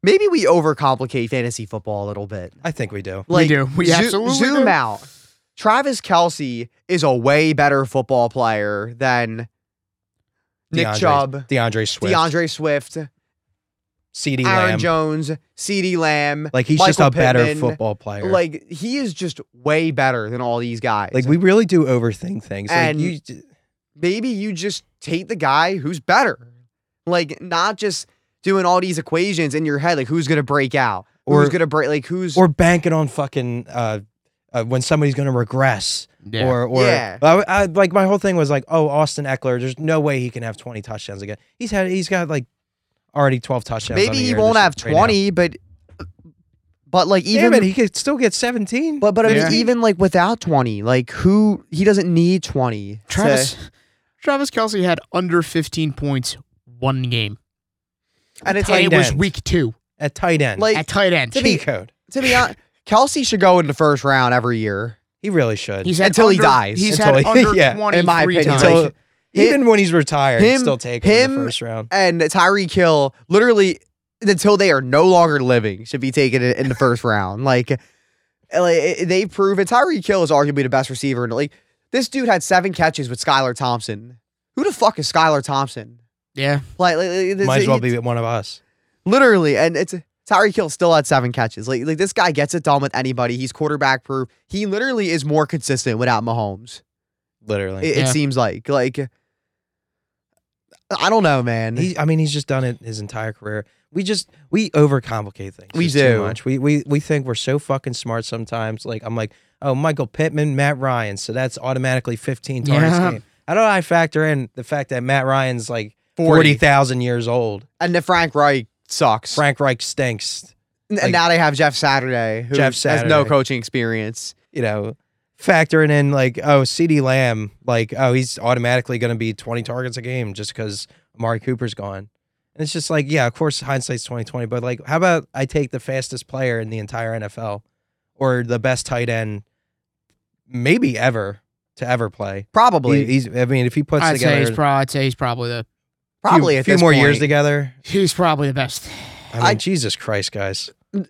S3: maybe we overcomplicate fantasy football a little bit.
S1: I think we do.
S4: we
S3: Like,
S4: do. We
S3: Zo-
S4: absolutely
S3: zoom
S4: do.
S3: out. Travis Kelsey is a way better football player than Nick
S1: DeAndre-
S3: Chubb,
S1: DeAndre Swift,
S3: DeAndre Swift,
S1: CD
S3: Aaron
S1: Lamb.
S3: Jones, CeeDee Lamb.
S1: Like he's just a
S3: Michael
S1: better
S3: Pittman,
S1: football player.
S3: Like he is just way better than all these guys.
S1: Like, we really do overthink things. Like,
S3: And-
S1: you d-
S3: maybe you just take the guy who's better. Like not just doing all these equations in your head like who's going to break out?
S1: Or-
S3: who's going to break like who's
S1: or banking on fucking uh, uh, when somebody's gonna regress.
S4: Yeah.
S1: Or or
S3: Yeah.
S1: I, I, like my whole thing was like, oh, Austin Eckler, there's no way he can have 20 touchdowns again. He's had he's got like already 12 touchdowns. on
S3: maybe
S1: the
S3: he
S1: year
S3: won't
S1: this-
S3: have
S1: right now.
S3: 20 but but like even
S1: Damn it, he could still get 17.
S3: But but I mean,
S4: Yeah.
S3: even like without twenty, like who he doesn't need twenty.
S4: Travis,
S3: to-
S4: Travis Kelsey had under 15 points one game.
S3: and it's
S1: Tight
S4: And
S3: like
S4: it was
S1: end.
S4: week two
S1: at tight end,
S3: like
S4: at tight end.
S3: to
S1: P
S3: be
S1: code.
S3: to be honest, Kelsey should go in the first round every year.
S1: He really should.
S4: He's had
S3: Until he
S4: under-
S3: dies.
S4: He's
S1: Until
S4: had
S1: he-
S4: under
S1: yeah,
S4: 20
S3: in my
S4: three
S3: opinion.
S4: times.
S1: so
S3: like,
S1: even when he's retired,
S3: him-
S1: him, still take him, in
S3: him-
S1: the first round.
S3: And Tyree Kill literally until they are no longer living should be taken in, in the first round. Like, eh, like it- they prove it. Tyree Kill is arguably the best receiver. And like this dude had seven catches with Skylar Thompson. Who the fuck is Skylar Thompson?
S4: yeah.
S3: Like, like, like this-
S1: Might as well
S3: he-
S1: be one of us.
S3: Literally, and it's Tyreek Hill still had seven catches. Like, like this guy gets it done with anybody. He's quarterback proof. He literally is more consistent without Mahomes. It,
S1: Literally,
S3: it
S4: Yeah.
S3: seems like, like, I don't know, man.
S1: he, I mean, he's just done it his entire career. We just we overcomplicate things.
S3: We
S1: just
S3: do.
S1: too much. We we we think we're so fucking smart sometimes. Like I'm like, oh, Michael Pittman, Matt Ryan, so that's automatically 15 targets.
S4: Yeah.
S1: a game. How do I factor in the fact that Matt Ryan's like
S3: 40.
S1: forty thousand years old?
S3: and then Frank Reich sucks.
S1: Frank Reich stinks.
S3: and
S1: like-
S3: now they have Jeff Saturday, who
S1: Jeff
S3: has no
S1: Saturday.
S3: coaching experience.
S1: You know, factoring in like, oh, C.D. Lamb, like, oh, he's automatically going to be twenty targets a game just because Amari Cooper's gone. And it's just like, yeah, of course, hindsight's twenty twenty, but like, how about I take the fastest player in the entire NFL, or the best tight end, maybe ever to ever play.
S3: Probably,
S1: He- he's, I mean, if he puts
S4: I'd say,
S1: together
S4: he's pro- I'd say he's probably the
S3: probably
S1: a
S3: a
S1: few, few more years together,
S4: he's probably the best.
S1: I mean,
S3: I-
S1: Jesus Christ, guys,
S3: Mm,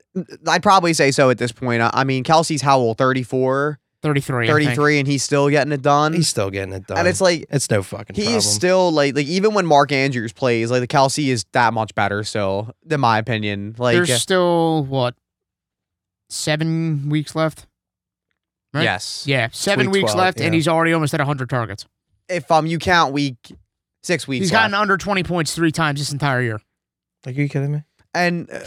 S3: I'd probably say so at this point. I, I mean, Kelsey's how old? 34,
S4: 33. I think.
S3: 33, and he's still getting it done.
S1: he's still getting it done.
S3: and it's like
S1: it's no fucking
S3: He
S1: problem.
S3: is still like like even when Mark Andrews plays, like the Kelsey is that much better still, in my opinion. Like uh,
S4: There's still what seven weeks left. right?
S3: yes.
S4: Yeah, seven
S1: week
S4: weeks
S1: 12,
S4: left, and
S1: yeah.
S4: he's already almost at 100 targets.
S3: If um you count week six weeks.
S4: He's
S3: left.
S4: gotten under 20 points three times this entire year.
S1: like, are you kidding me?
S3: and uh,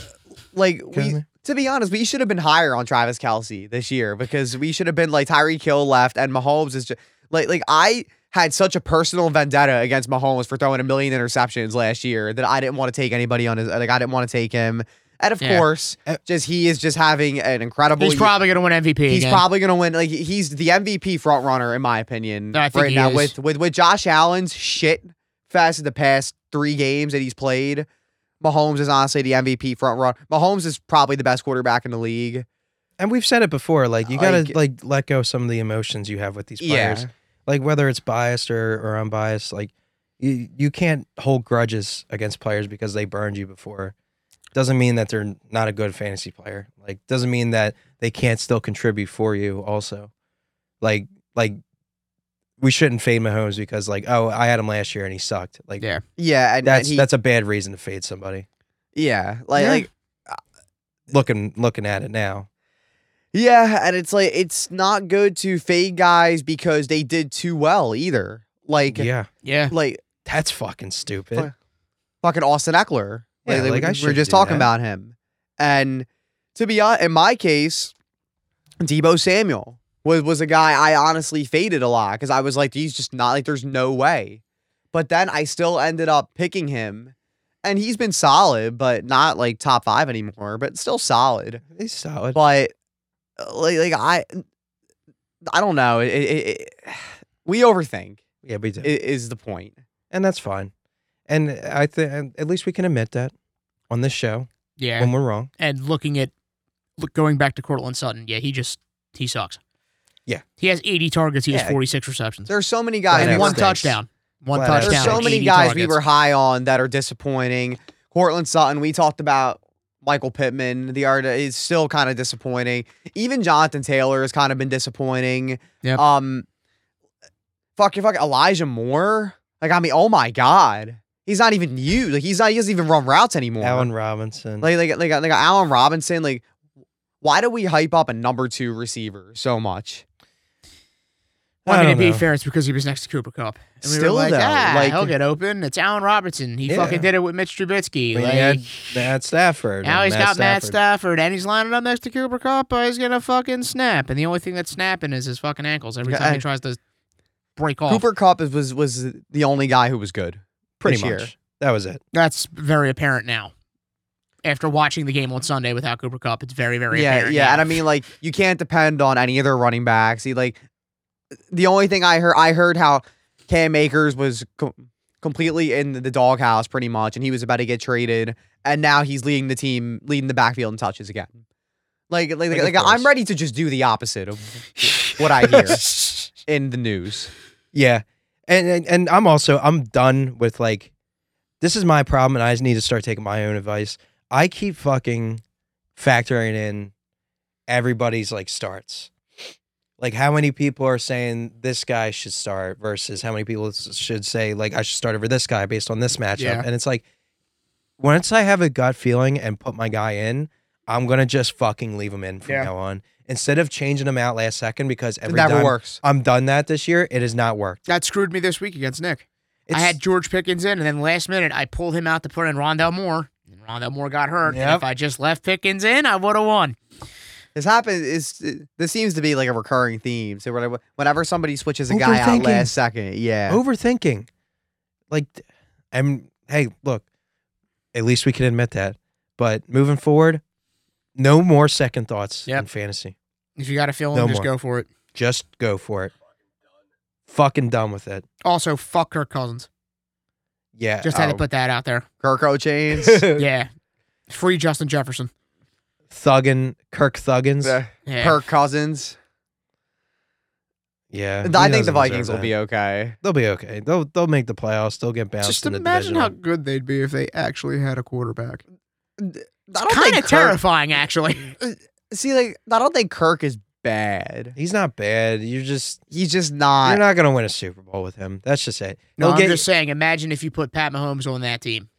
S3: like
S1: Kidding
S3: we
S1: me?
S3: to be honest, we should have been higher on Travis Kelsey this year because we should have been like Tyree Kill left and Mahomes is just like like I had such a personal vendetta against Mahomes for throwing a million interceptions last year that I didn't want to take anybody on his like I didn't want to take him. And of
S4: Yeah. Eh
S3: course,
S1: Uh,
S3: just he is just having an incredible
S4: He's
S3: year.
S4: probably going to win MVP.
S3: He's
S4: again.
S3: probably gonna win. Like he's the MVP front runner in my opinion
S4: No, I think
S3: right
S4: he
S3: now
S4: is.
S3: with with with Josh Allen's shit fast in the past three games that he's played. Mahomes is honestly the MVP front runner. Mahomes is probably the best quarterback in the league.
S1: And we've said it before, like you gotta
S3: Like-
S1: like, let go of some of the emotions you have with these players. Like whether it's biased or, or unbiased, like you, you can't hold grudges against players because they burned you before. Doesn't mean that they're not a good fantasy player. Like doesn't mean that they can't still contribute for you also. Like like we shouldn't fade Mahomes because like oh I had him last year and he sucked. Like
S4: Yeah.
S3: Yeah, and,
S1: that's
S3: and he,
S1: that's a bad reason to fade somebody.
S3: yeah, like
S4: Yeah.
S3: like
S1: Looking looking at it now.
S3: yeah, and it's like it's not good to fade guys because they did too well either. Like
S1: Yeah.
S4: Yeah.
S3: like
S1: That's fucking stupid.
S3: Fuck. fucking Austin Eckler. Like,
S1: Yeah,
S3: like,
S1: like, I
S3: we are
S1: shouldn't
S3: just
S1: do
S3: talking
S1: that.
S3: about him. And to be honest, in my case, Debo Samuel was was a guy I honestly faded a lot because I was like, he's just not like there's no way. But then I still ended up picking him. And he's been solid, but not like top five anymore, but still solid.
S1: He's solid.
S3: But uh, like, like I, I don't know. It, it, it, we overthink
S1: yeah, we do.
S3: i- is the point.
S1: and that's fine. And I think at least we can admit that on this show
S4: Yeah.
S1: when we're wrong.
S4: and looking at look, going back to Cortland Sutton, yeah, he just he sucks.
S1: Yeah.
S4: he has 80 targets. He
S1: Yeah.
S4: has 46 receptions
S3: There's so many guys.
S1: Flat
S4: and
S1: out
S3: who
S4: one
S3: are-
S1: stinks.
S4: touchdown. One
S1: Flat out
S4: touchdown.
S3: There's so
S1: Like
S4: and
S3: many
S4: 80
S3: guys we
S4: targets.
S3: were high on that are disappointing. Cortland Sutton, we talked about Michael Pittman. The art is still kind of disappointing. Even Jonathan Taylor has kind of been disappointing.
S4: Yep.
S3: Um, fuck you, fuck Elijah Moore. Like I mean, oh my god, he's not even used. Like he's not. He doesn't even run routes anymore.
S1: Allen Robinson.
S3: Like like like like Allen Robinson. Like why do we hype up a number two receiver so much?
S4: Well,
S1: I
S4: I mean,
S1: don't
S4: to be
S1: know.
S4: fair, it's because he was next to Cooper Cup. And we
S3: Still,
S4: were like,
S3: though,
S4: ah,
S3: like-
S4: he'll get open. It's Allen Robertson. He
S1: Yeah.
S4: fucking did it with Mitch Trubisky.
S1: I mean,
S4: like,
S1: he had Matt Stafford.
S4: now
S1: and
S4: he's got Matt
S1: Stafford.
S4: Stafford, and he's lining up next to Cooper Cup. Or he's gonna fucking snap, and the only thing that's snapping is his fucking ankles every
S3: Yeah,
S4: time
S3: I-
S4: he tries to break off.
S3: Cooper Cup is, was was the only guy who was good.
S1: Pretty
S3: this
S1: much.
S3: year.
S1: That was it.
S4: That's very apparent now. After watching the game on Sunday without Cooper Cup, it's very, very
S3: yeah,
S4: apparent.
S3: yeah,
S4: now.
S3: and I mean, like, you can't depend on any other running backs. He like the only thing I heard, I heard how Cam Akers was com- completely in the doghouse, pretty much, and he was about to get traded, and now he's leading the team, leading the backfield in touches again. Like, like,
S1: Like,
S3: like,
S1: of
S3: like, I'm
S1: course.
S3: ready to just do the opposite of what I hear in the news.
S1: Yeah. And, and and I'm also I'm done with like this is my problem and I just need to start taking my own advice. I keep fucking factoring in everybody's like starts. Like how many people are saying this guy should start versus how many people s- should say like I should start over this guy based on this matchup.
S4: Yeah.
S1: And it's like once I have a gut feeling and put my guy in, I'm gonna just fucking leave him in from
S4: Yeah.
S1: now on. Instead of changing him out last second because
S3: It
S1: every
S3: never
S1: time
S3: works.
S1: I'm done that this year, it has not worked.
S4: that screwed me this week against Nick. I
S1: It's-
S4: had George Pickens in, and then last minute I pulled him out to put in Rondell Moore. And Rondell Moore got hurt. And
S1: Yep.
S4: if I just left Pickens in, I would have won.
S3: This happens. Is this seems to be like a recurring theme. So whenever- whenever somebody switches a guy out
S1: Overthinking.
S3: last second, yeah,
S1: overthinking. Like, I'm. Hey, look. At least we can admit that. But moving forward, no more second thoughts in
S4: Yep.
S1: fantasy.
S4: If you got a feeling,
S1: No
S4: just
S1: more.
S4: go for it.
S1: Just go for it. Fucking done with it.
S4: Also, fuck Kirk Cousins.
S1: Yeah.
S4: Just had to
S1: oh,
S4: put that out there.
S3: Kirko chains.
S4: yeah. Free Justin Jefferson.
S1: Thuggin, Kirk Thuggins.
S3: Yeah.
S4: Yeah.
S3: Kirk Cousins.
S1: yeah.
S3: I
S1: he
S3: think the
S1: doesn't deserve
S3: Vikings will
S1: that.
S3: be okay.
S1: They'll be okay. They'll they'll make the playoffs. They'll get bounced. in the divisional.
S4: good they'd be if they actually had a quarterback.
S3: I don't
S4: Kind
S3: think
S4: of
S3: Kirk, uh,
S4: terrifying, actually.
S3: See, like I don't think Kirk is bad.
S1: He's not bad. You're just
S3: He's just not.
S1: you're not gonna win a Super Bowl with him. That's just it.
S4: No,
S1: He'll
S4: I'm
S1: get-
S4: just saying. Imagine if you put Pat Mahomes on that team.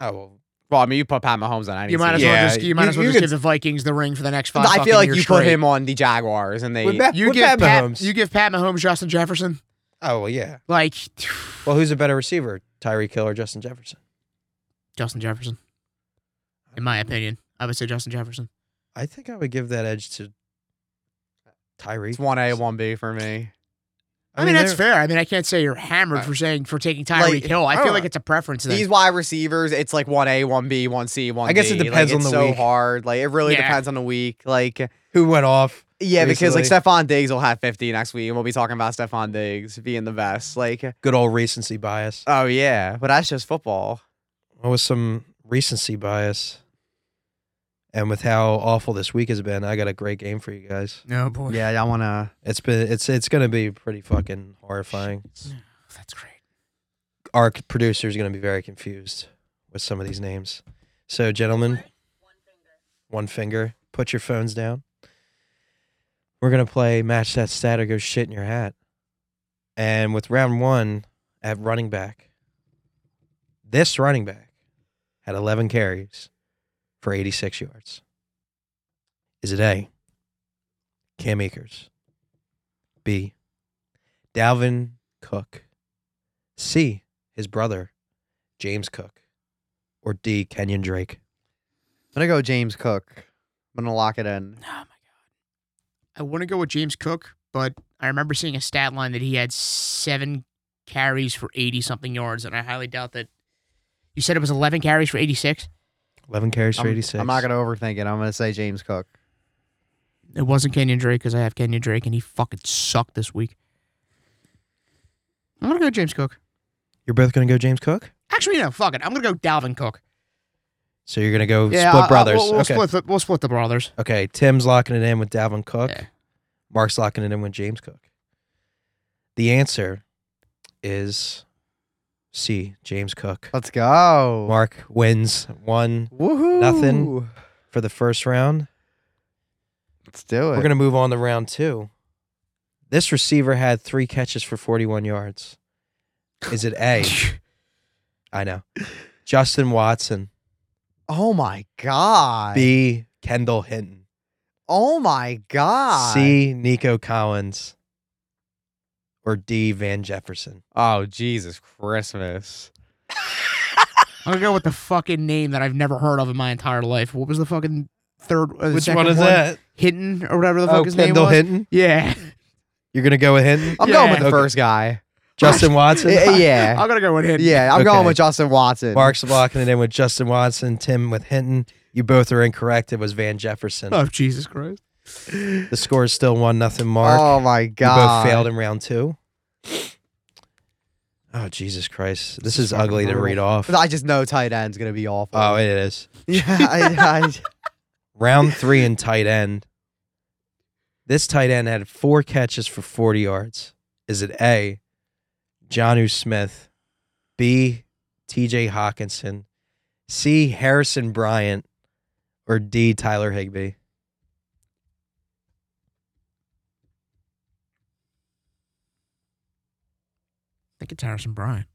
S1: oh, well,
S3: well, I mean, you put Pat Mahomes on any.
S4: You might as
S3: team.
S1: Yeah,
S4: well just you might
S1: you-
S4: as well
S1: you
S4: just
S1: could-
S4: give the Vikings the ring for the next five.
S3: I
S4: fucking
S3: feel like
S4: years
S3: you put
S4: straight.
S3: him on the Jaguars, and they.
S1: With Matt-
S4: You
S1: with
S4: give
S1: Pat
S4: Pat,
S1: Mahomes.
S4: you give Pat Mahomes Justin Jefferson.
S1: oh well, yeah.
S4: Like
S1: Well, who's a better receiver, Tyreek Hill or Justin Jefferson?
S4: Justin Jefferson. In my opinion, I would say Justin Jefferson.
S1: I think I would give that edge to Tyreek.
S3: it's one A, one B for me.
S4: I, mean, that's
S1: they're-
S4: fair. I mean, I can't say you're hammered for saying for taking Tyreek
S3: Like,
S4: Hill. I
S3: I
S4: feel
S3: don't
S4: like
S3: know.
S4: it's a preference thing.
S3: These wide receivers, it's like one A, one B, one C, one.
S1: I guess it depends
S3: like,
S1: on
S3: it's
S1: the
S3: so
S1: week.
S3: hard. Like it really
S4: Yeah.
S3: depends on the week. Like yeah,
S1: who went off.
S3: because like
S1: Recently.
S3: Stephon Diggs will have fifty next week, and we'll be talking about Stephon Diggs being the best. Like
S1: Good old recency bias.
S3: oh yeah, but that's just football.
S1: What was some recency bias? And with how awful this week has been, I got a great game for you guys.
S4: no boy.
S3: Yeah, I wanna.
S1: It's been it's it's gonna be pretty fucking horrifying.
S4: That's great.
S1: our c- producer is going to be very confused with some of these names. So, gentlemen, one finger, put your phones down. We're going to play match that stat or go shit in your hat. And with round one at running back, this running back had 11 carries for 86 yards. Is it A, Cam Akers? B, Dalvin Cook? C, his brother, James Cook, or D, Kenyon Drake.
S3: I'm gonna go James Cook. I'm gonna lock it in.
S4: Oh my god. I want to go with James Cook, but I remember seeing a stat line that he had seven carries for eighty something yards, and I highly doubt that. You said it was eleven carries for eighty six.
S1: 11 carries for
S3: I'm-
S1: 86.
S3: I'm not gonna overthink it. I'm gonna say James Cook.
S4: It wasn't Kenyon Drake because I have Kenyon Drake, and he fucking sucked this week. I'm gonna go James Cook.
S1: You're both going to go James Cook?
S4: Actually, no, fuck it. I'm gonna go Dalvin Cook.
S1: So you're going to go
S4: Yeah,
S1: split
S4: I- I-
S1: brothers.
S4: we'll, we'll
S1: okay.
S4: split. The, we'll split the brothers.
S1: Okay. Tim's locking it in with Dalvin Cook.
S4: Yeah.
S1: Mark's locking it in with James Cook. The answer is C, James Cook.
S3: Let's go.
S1: Mark wins one
S3: Woohoo!
S1: Nothing. for the first round.
S3: Let's do it.
S1: We're going to move on to round two. This receiver had three catches for 41 yards. Is it A? I know. Justin Watson.
S3: Oh my god.
S1: B. Kendall Hinton.
S3: oh my god.
S1: C. Nico Collins. Or D. Van Jefferson.
S3: Oh Jesus Christmas.
S4: I'm gonna go with the fucking name that I've never heard of in my entire life. What was the fucking third? Uh, the second Hinton or whatever the fuck
S1: Oh,
S4: his name
S1: Kendall
S4: was. Oh,
S1: Hinton.
S4: Yeah,
S1: You're gonna go with Hinton.
S3: I'm
S4: Yeah.
S3: going with the
S1: Okay.
S3: first guy.
S1: Justin Watson.
S3: Eh, yeah.
S4: I'm gonna go with Hinton.
S3: Yeah, I'm
S1: Okay.
S3: going with Justin Watson.
S1: Mark's blocking it in with Justin Watson. Tim with Hinton. You both are incorrect. It was Van Jefferson.
S4: Oh Jesus Christ!
S1: The score is still one nothing. Mark.
S3: Oh my
S1: You
S3: god.
S1: both failed in round two. Oh Jesus Christ! This is ugly to
S4: brutal.
S1: read off.
S3: I just know tight end's gonna be awful.
S1: Oh, it is.
S3: yeah. I, I,
S1: Round three in tight end. This tight end had four catches for 40 yards. Is it A, Johnu Smith, B, TJ Hawkinson, C, Harrison Bryant, or D, Tyler Higby?
S4: I think it's Harrison Bryant.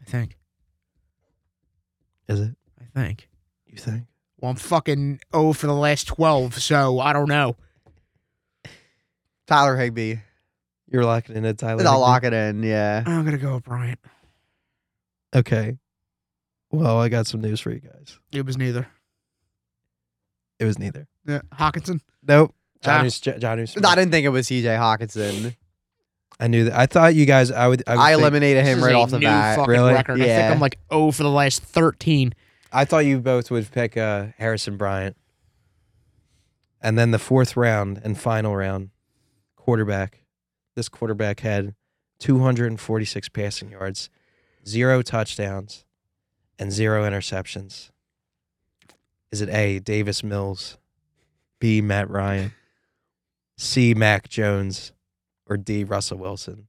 S4: I think.
S1: Is it?
S4: I think.
S1: You think?
S4: Well, I'm fucking oh for the last twelve, so I don't know.
S3: Tyler Higby.
S1: You're locking in a Tyler.
S3: I'll
S1: Higbee?
S3: lock it in. Yeah.
S4: I'm gonna go with Bryant.
S1: Okay. Well, I got some news for you guys.
S4: It was neither.
S1: It was neither.
S4: Yeah. Hawkinson.
S1: Nope.
S4: Ah.
S1: Johnu, S- Jo- Johnu Smith.
S3: I didn't think it was T.J. Hawkinson.
S1: I knew that. I thought you guys. I would. I, would
S3: I
S1: think-
S3: eliminated
S4: This
S3: him
S4: is
S3: right
S4: a
S3: off the
S4: new
S3: bat.
S4: Fucking
S1: Really?
S4: Record. I
S3: Yeah.
S4: think I'm like oh for the last thirteen.
S1: I thought you both would pick uh, Harrison Bryant. And then the fourth round and final round, quarterback. This quarterback had 246 passing yards, zero touchdowns, and zero interceptions. Is it A, Davis Mills, B, Matt Ryan, C, Mac Jones, or D, Russell Wilson?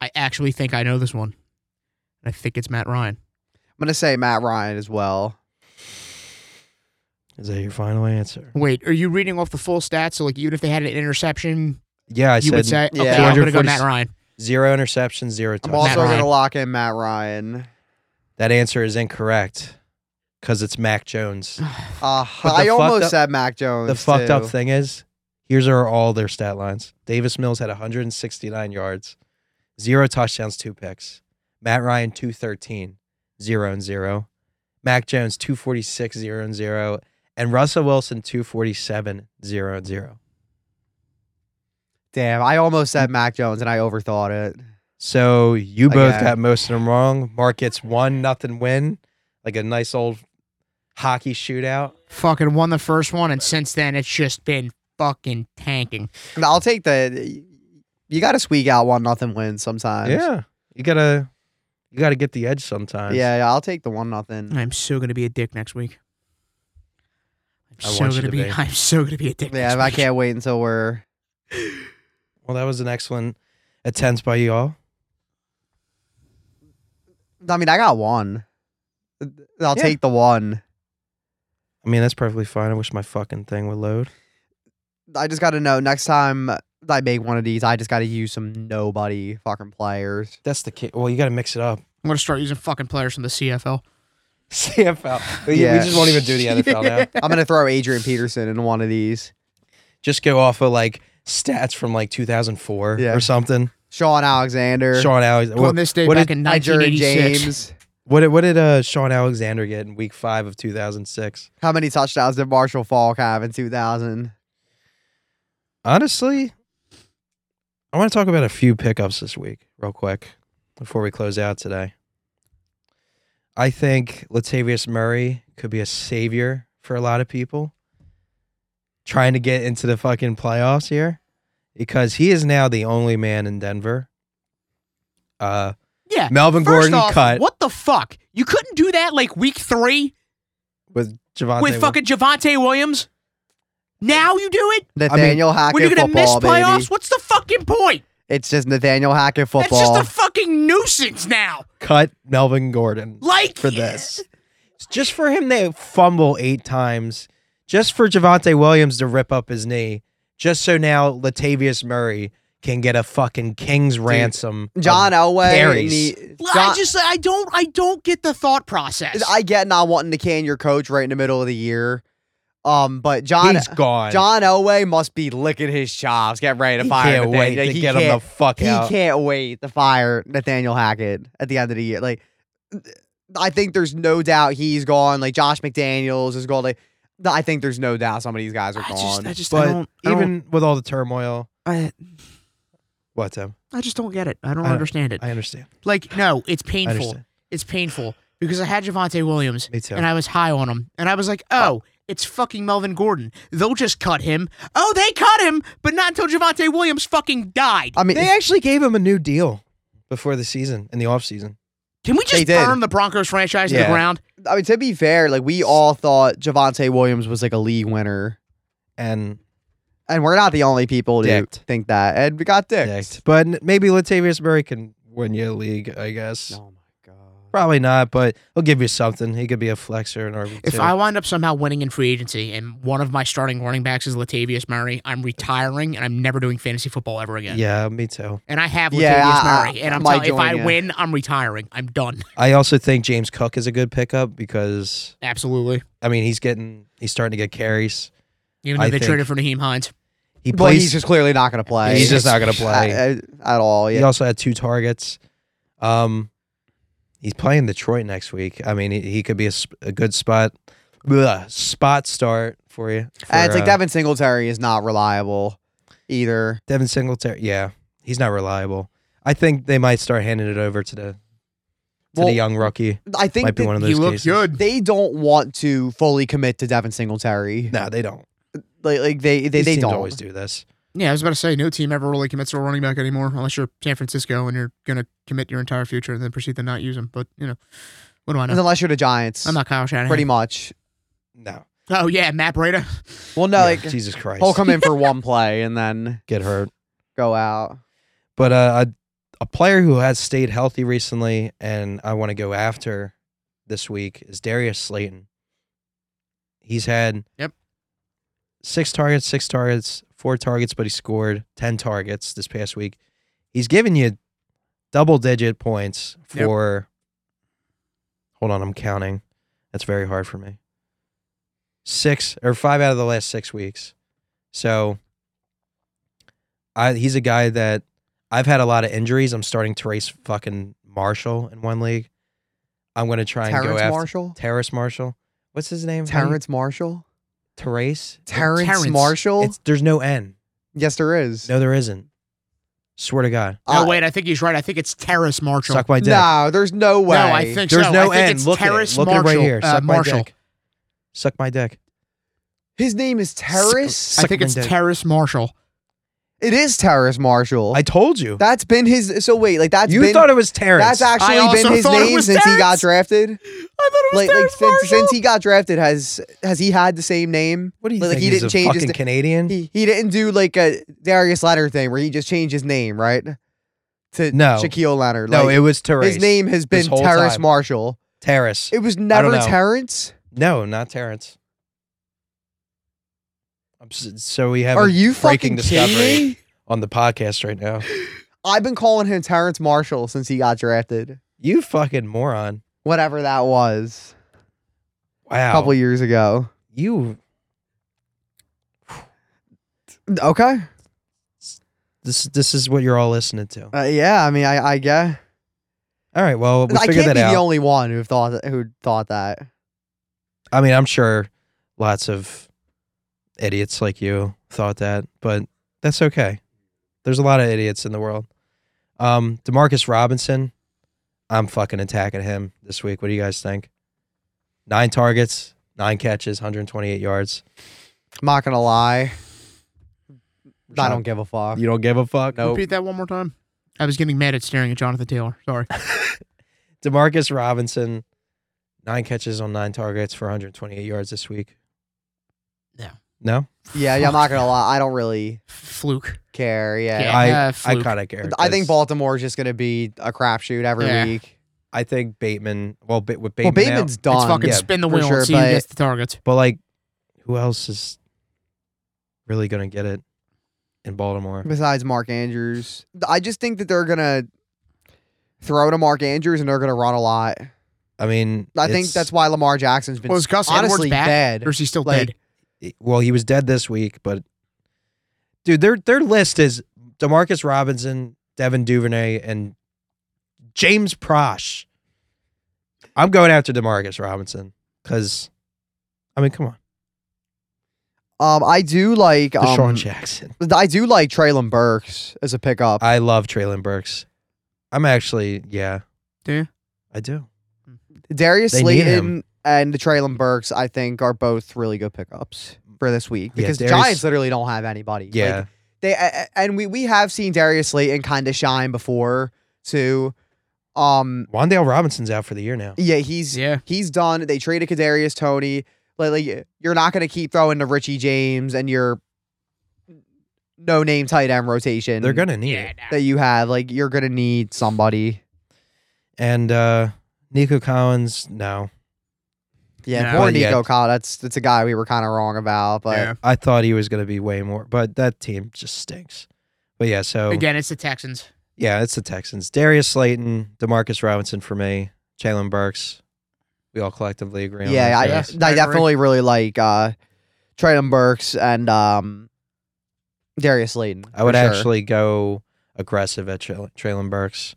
S4: I actually think I know this one. I think it's Matt Ryan.
S3: I'm gonna say Matt Ryan as well.
S1: Is that your final answer?
S4: Wait, are you reading off the full stats? So like even if they had an interception,
S1: Yeah, I
S4: you
S1: said
S4: would say
S3: yeah.
S4: okay, I'm gonna go
S1: 240
S4: Matt Ryan.
S1: zero interceptions, zero
S3: I'm
S1: touchdowns.
S3: also
S4: Ryan.
S3: gonna lock in Matt Ryan.
S1: That answer is incorrect because it's Mac Jones.
S3: Uh,
S1: But the
S3: I
S1: fucked
S3: almost
S1: up-
S3: said Mac Jones.
S1: The fucked up
S3: too.
S1: thing is, here's are all their stat lines. Davis Mills had 169 yards, zero touchdowns, two picks. Matt Ryan 213, zero and zero. Mac Jones 246, zero and zero. And Russell Wilson 247, zero and zero.
S3: Damn, I almost said Mac Jones and I overthought it.
S1: So you both
S3: Again.
S1: got most of them wrong. Mark gets one nothing win, like a nice old hockey shootout.
S4: Fucking won the first one, and since then it's just been fucking tanking.
S3: And I'll take the. You got to squeak out one nothing win sometimes.
S1: Yeah, you gotta you gotta get the edge sometimes.
S3: Yeah, yeah, I'll take the one nothing.
S4: I'm so gonna be a dick next week. I'm
S1: I
S4: so
S1: want you
S4: gonna
S1: to
S4: be,
S1: be.
S4: I'm so gonna be a dick.
S3: Yeah,
S4: next
S3: I
S4: week.
S3: can't wait until we're
S1: Well, that was an excellent attempt by you all.
S3: I mean, I got one. I'll
S1: Yeah.
S3: take the one.
S1: I mean, that's perfectly fine. I wish my fucking thing would load.
S3: I just got to know next time I make one of these, I just got to use some nobody fucking players.
S1: That's the key. Well, you got to mix it up.
S4: I'm gonna start using fucking players from the CFL.
S1: CFL. We, we
S3: Yeah.
S1: just won't even do the NFL now.
S3: I'm gonna throw Adrian Peterson in one of these.
S1: Just go off of like stats from like 2004
S3: Yeah.
S1: or something.
S3: Sean Alexander,
S1: Sean Alexander.
S4: On
S1: What,
S4: this day
S1: what
S4: back
S1: did-
S4: in
S3: Nigerian
S4: 1986.
S3: James.
S1: what did, what did uh, Sean Alexander get in week five of 2006?
S3: How many touchdowns did Marshall Falk have in 2000?
S1: Honestly, I want to talk about a few pickups this week, real quick, before we close out today. I think Latavius Murray could be a savior for a lot of people trying to get into the fucking playoffs here because he is now the only man in Denver. Uh,
S4: Yeah.
S1: Melvin
S4: First
S1: Gordon
S4: off,
S1: cut
S4: What the fuck? You couldn't do that like week three
S1: with Javante.
S4: with fucking Javante Williams. Now you do it
S3: Nathaniel Hackett
S4: when you're gonna miss
S3: football,
S4: playoffs.
S3: baby.
S4: What's the fucking point?
S3: It's just Nathaniel Hackett football.
S4: That's just a fucking nuisance now.
S1: cut Melvin Gordon.
S4: Like
S1: for this. Just for him to fumble eight times, just for Javante Williams to rip up his knee, just so now Latavius Murray can get a fucking king's ransom. of-
S3: John Elway. and
S1: Berries.
S3: the-
S4: Well, I
S3: John-
S4: just I don't I don't get the thought process.
S3: I get not wanting to can your coach right in the middle of the year. Um, but John
S1: he's gone.
S3: John Elway must be licking his chops. Get ready to
S1: he
S3: fire
S1: can't
S3: Nathaniel.
S1: wait
S3: Like,
S1: to
S3: he
S1: get him the
S3: can't-
S1: fuck
S3: he
S1: out.
S3: can't wait to fire Nathaniel Hackett at the end of the year. Like, I think there's no doubt he's gone. Like Josh McDaniels is gone. Like, I think there's no doubt some of these guys are
S4: I
S3: gone.
S4: just I just I
S1: But
S4: don't I
S1: even with all the turmoil,
S4: don't-
S1: what Tim?
S4: I, I just don't get it. I don't
S1: I-
S4: understand it.
S1: I understand.
S4: like no, it's
S1: I
S4: painful.
S1: understand.
S4: It's painful because I had Javante Williams
S1: Me too.
S4: and I was high on him. And I was like, oh, it's fucking Melvin Gordon. They'll just cut him. Oh, they cut him, but not until Javante Williams fucking died.
S3: I mean,
S1: they actually gave him a new deal before the season in the offseason.
S4: Can we
S3: they
S4: just
S3: did.
S4: burn the Broncos franchise to
S1: Yeah.
S4: the ground?
S3: I mean, to be fair, like we all thought Javante Williams was like a league winner,
S1: And
S3: and we're not the only people to
S1: Dicked.
S3: think that. And we got dicked.
S1: but n- maybe Latavius Murray can win you a league, I guess.
S3: Oh my god!
S1: Probably not, but he'll give you something. He could be a flexer and RB2.
S4: If I wind up somehow winning in free agency and one of my starting running backs is Latavius Murray, I'm retiring and I'm never doing fantasy football ever again.
S1: yeah, me too.
S4: And I have Latavius
S3: Yeah, I-
S4: Murray, and
S3: I
S4: I'm
S3: might
S4: telling if
S3: join
S4: I
S3: ya.
S4: win, I'm retiring. I'm done.
S1: I also think James Cook is a good pickup because
S4: Absolutely.
S1: I mean he's getting he's starting to get carries.
S4: Even though
S1: I
S4: they
S1: think-
S4: traded for Naheem Hines.
S1: He
S3: But
S1: plays.
S3: he's just clearly not going to play.
S1: he's just not going to play.
S3: at, at all.
S1: He
S3: Yeah.
S1: also had two targets. Um, he's playing Detroit next week. I mean, he, he could be a, sp- a good spot bleh, spot start for you. For,
S3: And it's like
S1: uh,
S3: Devin Singletary is not reliable either.
S1: Devin Singletary. Yeah, he's not reliable. I think they might start handing it over to the to
S3: Well,
S1: the young rookie.
S3: I think
S1: Might be
S3: that
S1: one of those.
S4: He looked
S1: cases.
S4: good.
S3: they don't want to fully commit to Devin Singletary.
S1: No, they don't.
S3: Like, like they they,
S1: These
S3: they
S1: teams
S3: don't.
S1: always do this.
S4: Yeah, I was about to say no team ever really commits to a running back anymore unless you're San Francisco and you're gonna commit your entire future and then proceed to not use him. But you know, what do I know?
S3: Unless you're the Giants.
S4: I'm not Kyle Shanahan.
S3: pretty much.
S1: No.
S4: Oh yeah, Matt Breda.
S3: Well, no,
S1: Yeah,
S3: like
S1: Jesus Christ.
S3: he'll come in for one play and then
S1: get hurt.
S3: go out.
S1: But uh, a, a player who has stayed healthy recently and I want to go after this week is Darius Slayton. He's had
S4: Yep.
S1: six targets, six targets, four targets, but he scored 10 targets this past week. He's given you double digit points
S4: Yep.
S1: for. Hold on, I'm counting. That's very hard for me. Six or five out of the last six weeks. So I he's a guy that I've had a lot of injuries. I'm starting to race fucking Marshall in one league. I'm going to try and go
S3: Terrence
S1: after
S3: Marshall.
S1: Terrace Marshall. What's his name? How do you-
S3: Terrence Marshall.
S1: Terrace.
S3: Terrence,
S4: Terrence.
S3: Marshall.
S1: It's, there's no N.
S3: yes, there is.
S1: No, there isn't. Swear to God.
S4: Oh
S3: Uh,
S4: wait, I think he's right. I think it's Terrace Marshall.
S1: Suck my dick.
S3: no, there's no way.
S4: No, I think
S1: There's
S4: so.
S1: no
S4: I think
S1: N.
S4: It's
S1: Look
S4: Terrace
S1: at it. Look at it
S4: Marshall.
S1: right here.
S4: uh,
S1: Suck my
S4: Marshall.
S1: dick. Suck my dick.
S3: his name is Terrace.
S1: Suck
S4: I think
S1: my
S4: it's
S1: dick.
S4: Terrace Marshall.
S3: It is Terrace Marshall.
S1: I told you.
S3: that's been his. So wait, like that's
S1: you
S3: been,
S1: thought it was Terrence.
S3: that's actually
S4: I also
S3: been his
S4: thought it
S3: name
S4: was
S3: since he got
S4: Terrence.
S3: drafted.
S4: I thought it was
S3: Like, like
S4: Terrence
S3: since,
S4: Marshall.
S3: since he got drafted, has has he had the same name?
S1: what do you
S3: like,
S1: think?
S3: He
S1: he's
S3: didn't
S1: a
S3: change his.
S1: fucking
S3: na-
S1: Canadian?
S3: He, he didn't do like a Darius Leonard thing where he just changed his name, right? To
S1: No.
S3: Shaquille Leonard.
S1: no,
S3: like,
S1: it was Terrence.
S3: his name has
S1: this
S3: been
S1: whole
S3: Terrace
S1: time.
S3: Marshall.
S1: Terrace.
S3: It was
S1: don't
S3: never
S1: know.
S3: Terrence.
S1: No, not Terrence. I'm s- So we have
S3: Are
S1: a
S3: you
S1: breaking
S3: fucking
S1: discovery
S3: kidding me?
S1: on the podcast right now.
S3: I've been calling him Terrence Marshall since he got drafted.
S1: You fucking moron.
S3: Whatever that was, a
S1: Wow.
S3: couple years ago.
S1: you
S3: Okay.
S1: this this is what you're all listening to.
S3: Uh, yeah, I mean, I, I guess
S1: All right, well, we
S3: I
S1: figured
S3: can't
S1: that
S3: be
S1: out.
S3: the only one who thought that, who thought that.
S1: I mean, I'm sure lots of idiots like you thought that, but that's okay. There's a lot of idiots in the world. Um, Demarcus Robinson, I'm fucking attacking him this week. What do you guys think? Nine targets, nine catches, 128 yards.
S3: I'm not gonna lie. I don't
S1: Rashad,
S3: give a fuck.
S1: You don't give a fuck.
S4: Repeat that one more time. I was getting mad at staring at Jonathan Taylor. Sorry.
S1: Demarcus Robinson, nine catches on nine targets for 128 yards this week.
S4: No.
S1: No,
S3: Yeah, yeah, I'm not gonna lie. I don't really
S4: Fluke.
S3: care. Yeah,
S4: Yeah.
S1: I
S4: uh,
S1: I
S4: fluke.
S1: kind of care.
S3: I think
S1: 'cause
S3: Baltimore's just gonna be a crapshoot every
S4: Yeah.
S3: week.
S1: I think Bateman. Well, ba- with
S3: well,
S1: Bateman, out-
S3: Bateman's done.
S4: Let's fucking
S1: yeah,
S4: spin the
S3: for
S4: wheel
S3: sure,
S4: and see who
S3: but-
S4: gets the targets.
S1: But like, who else is really gonna get it in Baltimore?
S3: Besides Mark Andrews, I just think that they're gonna throw to Mark Andrews and they're gonna run a lot.
S1: I mean,
S3: I think
S1: it's-
S3: that's why Lamar Jackson's been
S4: Well, is Gus Edwards
S3: honestly
S4: back?
S3: dead.
S4: Or is he still
S3: Like,
S4: dead?
S1: well, he was dead this week, but dude, their their list is Demarcus Robinson, Devin Duvernay, and James Prosh. I'm going after Demarcus Robinson because, I mean, come on,
S3: Um, I do like
S1: Deshaun
S3: um,
S1: Jackson.
S3: I do like Traylon Burks as a pickup.
S1: I love Traylon Burks. I'm actually, yeah,
S4: Do you?
S1: I do.
S3: Darius
S1: They need
S3: Slayton and Traylon Burks, I think, are both really good pickups for this week
S1: Yeah,
S3: because the
S1: Darius-
S3: Giants literally don't have anybody. Like,
S1: Yeah,
S3: they a- a- and we we have seen Darius Slayton kind of shine before too. Um,
S1: Wandale Robinson's out for the year now.
S3: yeah, he's
S4: Yeah.
S3: he's done. They traded Kadarius Tony. Like, like you're not gonna keep throwing to Richie James and your no name tight end rotation.
S1: They're gonna need it.
S4: nah.
S3: that you have. Like you're gonna need somebody.
S1: And uh Nico Collins, no.
S3: Yeah,
S4: No.
S3: poor
S1: But yeah.
S3: Nico Kyle. That's that's a guy we were kind of wrong about, but.
S4: Yeah.
S1: I thought he was going to be way more, but that team just stinks. But yeah, so
S4: Again, it's the Texans.
S1: yeah, it's the Texans. Darius Slayton, Demarcus Robinson for me, Jalen Burks. We all collectively agree on
S3: Yeah, I,
S1: those guys.
S4: Yes.
S3: I
S4: I agree.
S3: definitely really like uh Trenton Burks and um Darius Slayton.
S1: I would
S3: for sure.
S1: actually go aggressive at Tra- Traylon Burks.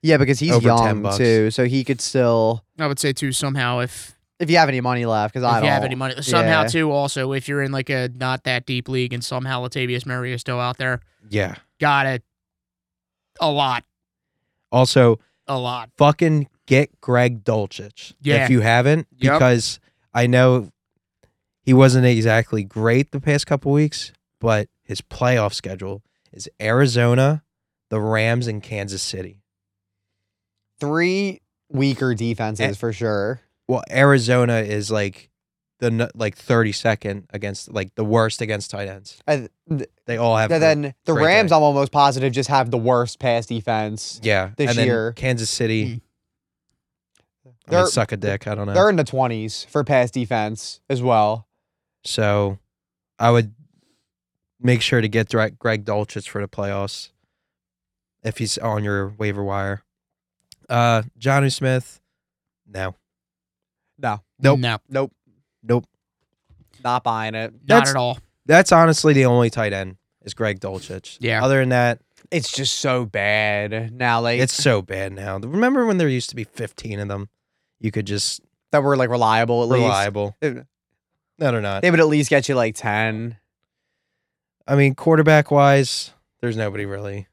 S3: Yeah, because he's
S1: over 10
S3: young
S1: bucks.
S3: too, so he could still
S4: I would say too. Somehow, if
S3: if you have any money left cuz I
S4: if
S3: don't
S4: you have any money, somehow
S3: Yeah.
S4: too. Also, if you're in like a not that deep league and somehow Latavius Murray is still out there,
S1: Yeah.
S4: got it. A lot,
S1: Also,
S4: a lot.
S1: fucking get Greg Dolchich
S4: Yeah.
S1: if you haven't,
S4: Yep.
S1: because I know he wasn't exactly great the past couple weeks, but his playoff schedule is Arizona, the Rams, and Kansas City.
S3: three weaker defenses
S1: Eh.
S3: for sure.
S1: Well, Arizona is like the n- like thirty second against like the worst against tight ends.
S3: And th-
S1: They all have
S3: and then the
S1: great
S3: Rams
S1: day.
S3: I'm almost positive just have the worst pass defense.
S1: yeah
S3: this
S1: and then
S3: year-
S1: Kansas
S4: Hmm.
S1: City. I mean,
S3: They're-
S1: suck a dick. I don't know.
S3: They're in the 20s for pass defense as well.
S1: So I would make sure to get Dre- Greg Dolchich for the playoffs if he's on your waiver wire. Uh, Johnny Smith, no.
S3: No,
S1: Nope.
S4: No,
S3: nope,
S1: Nope.
S3: not buying it.
S4: not
S1: That's-
S4: at all.
S1: That's honestly the only tight end is Greg Dolchich.
S4: Yeah.
S1: Other than that,
S3: It's just so bad. Now like
S1: it's so bad now. Remember when there used to be 15 of them? You could just
S3: that were like reliable at
S1: reliable.
S3: least.
S1: No, they're not.
S3: They would at least get you like ten.
S1: I mean, quarterback wise, there's nobody really.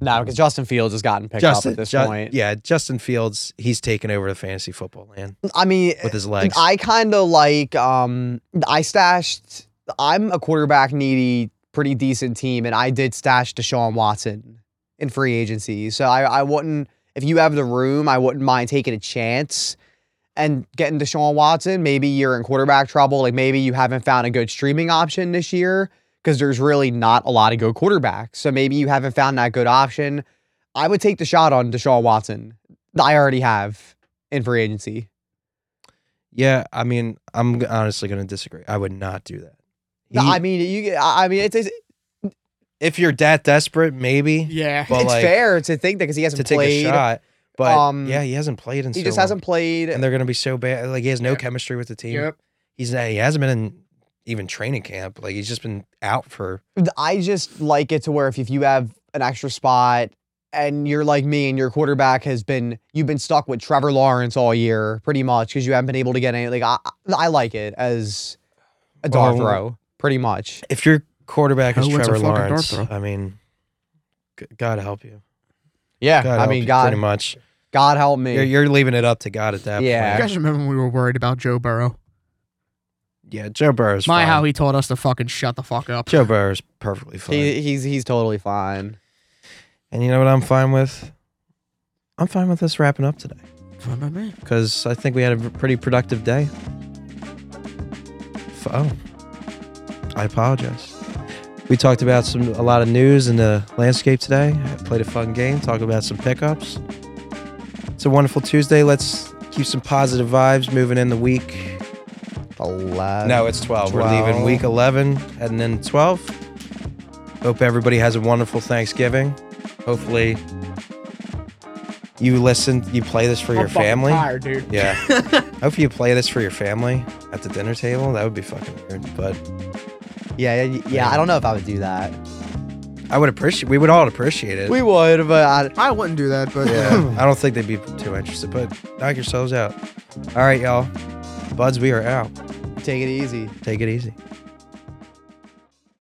S3: No, because Justin Fields has gotten picked
S1: Justin,
S3: up at this
S1: Ju-
S3: point.
S1: yeah, Justin Fields, he's taken over the fantasy football land
S3: I mean,
S1: with his legs.
S3: I kind of like um, I stashed. I'm a quarterback needy pretty decent team, and I did stash Deshaun Watson in free agency. So I, I wouldn't, if you have the room, I wouldn't mind taking a chance and getting Deshaun Watson. Maybe you're in quarterback trouble. Like maybe you haven't found a good streaming option this year because there's really not a lot of good quarterbacks. So maybe you haven't found that good option. I would take the shot on Deshaun Watson. I already have in free agency.
S1: Yeah, I mean, I'm g- honestly going to disagree. I would not do that.
S3: No,
S1: He-
S3: I mean, you. I I mean, it's it's,
S1: if you're that desperate, maybe.
S4: Yeah.
S1: But
S3: it's
S1: like
S3: fair to think that because he
S1: to
S3: hasn't
S1: take
S3: played.
S1: a shot. But
S3: Um,
S1: yeah, he hasn't played in
S3: He
S1: so
S3: just
S1: long.
S3: hasn't played.
S1: and they're going to be so bad. Like he has no
S4: Yep.
S1: chemistry with the team.
S4: Yep.
S1: He's uh, he hasn't been in even training camp. Like he's just been out for
S3: I just like it to where if, if you have an extra spot and you're like me and your quarterback has been you've been stuck with Trevor Lawrence all year pretty much because you haven't been able to get any like I, I like it as a dart
S1: Well,
S3: throw pretty much.
S1: if your quarterback is
S4: Who wants a
S1: Trevor
S4: fucking dart
S1: Lawrence,
S4: throw?
S1: I mean, g- God help you.
S3: Yeah,
S1: God
S3: I
S1: help
S3: mean
S1: you,
S3: God
S1: pretty much.
S3: God help me.
S1: You're, you're leaving it up to God at that
S3: Yeah.
S4: You
S1: point.
S4: guys remember when we were worried about Joe Burrow?
S1: Yeah, Joe Burrow's
S4: My,
S1: fine.
S4: how he told us to fucking shut the fuck up.
S1: Joe Burrow's perfectly fine.
S3: he, he's he's totally fine.
S1: and you know what I'm fine with? I'm fine with us wrapping up today
S4: Fine by me.
S1: because I think we had a v- pretty productive day. F- oh, I apologize. We talked about some a lot of news in the landscape today. I played a fun game. Talked about some pickups. It's a wonderful Tuesday. Let's keep some positive vibes moving in the week.
S3: Eleven.
S1: No, it's 12. We're leaving
S3: 12.
S1: week 11, heading into 12. Hope everybody has a wonderful Thanksgiving. Hopefully, you listen, you play this for your family.
S4: Tired, dude.
S1: Yeah. Hope you play this for your family at the dinner table. That would be fucking weird. But
S3: yeah, yeah, yeah. I don't know if I would do that.
S1: I would appreciate, we would all appreciate it.
S3: We would, but I,
S5: I wouldn't do that, but
S1: yeah. I don't think they'd be too interested, but knock yourselves out. All right, y'all. Buds, we are out.
S3: take it easy.
S1: Take it easy.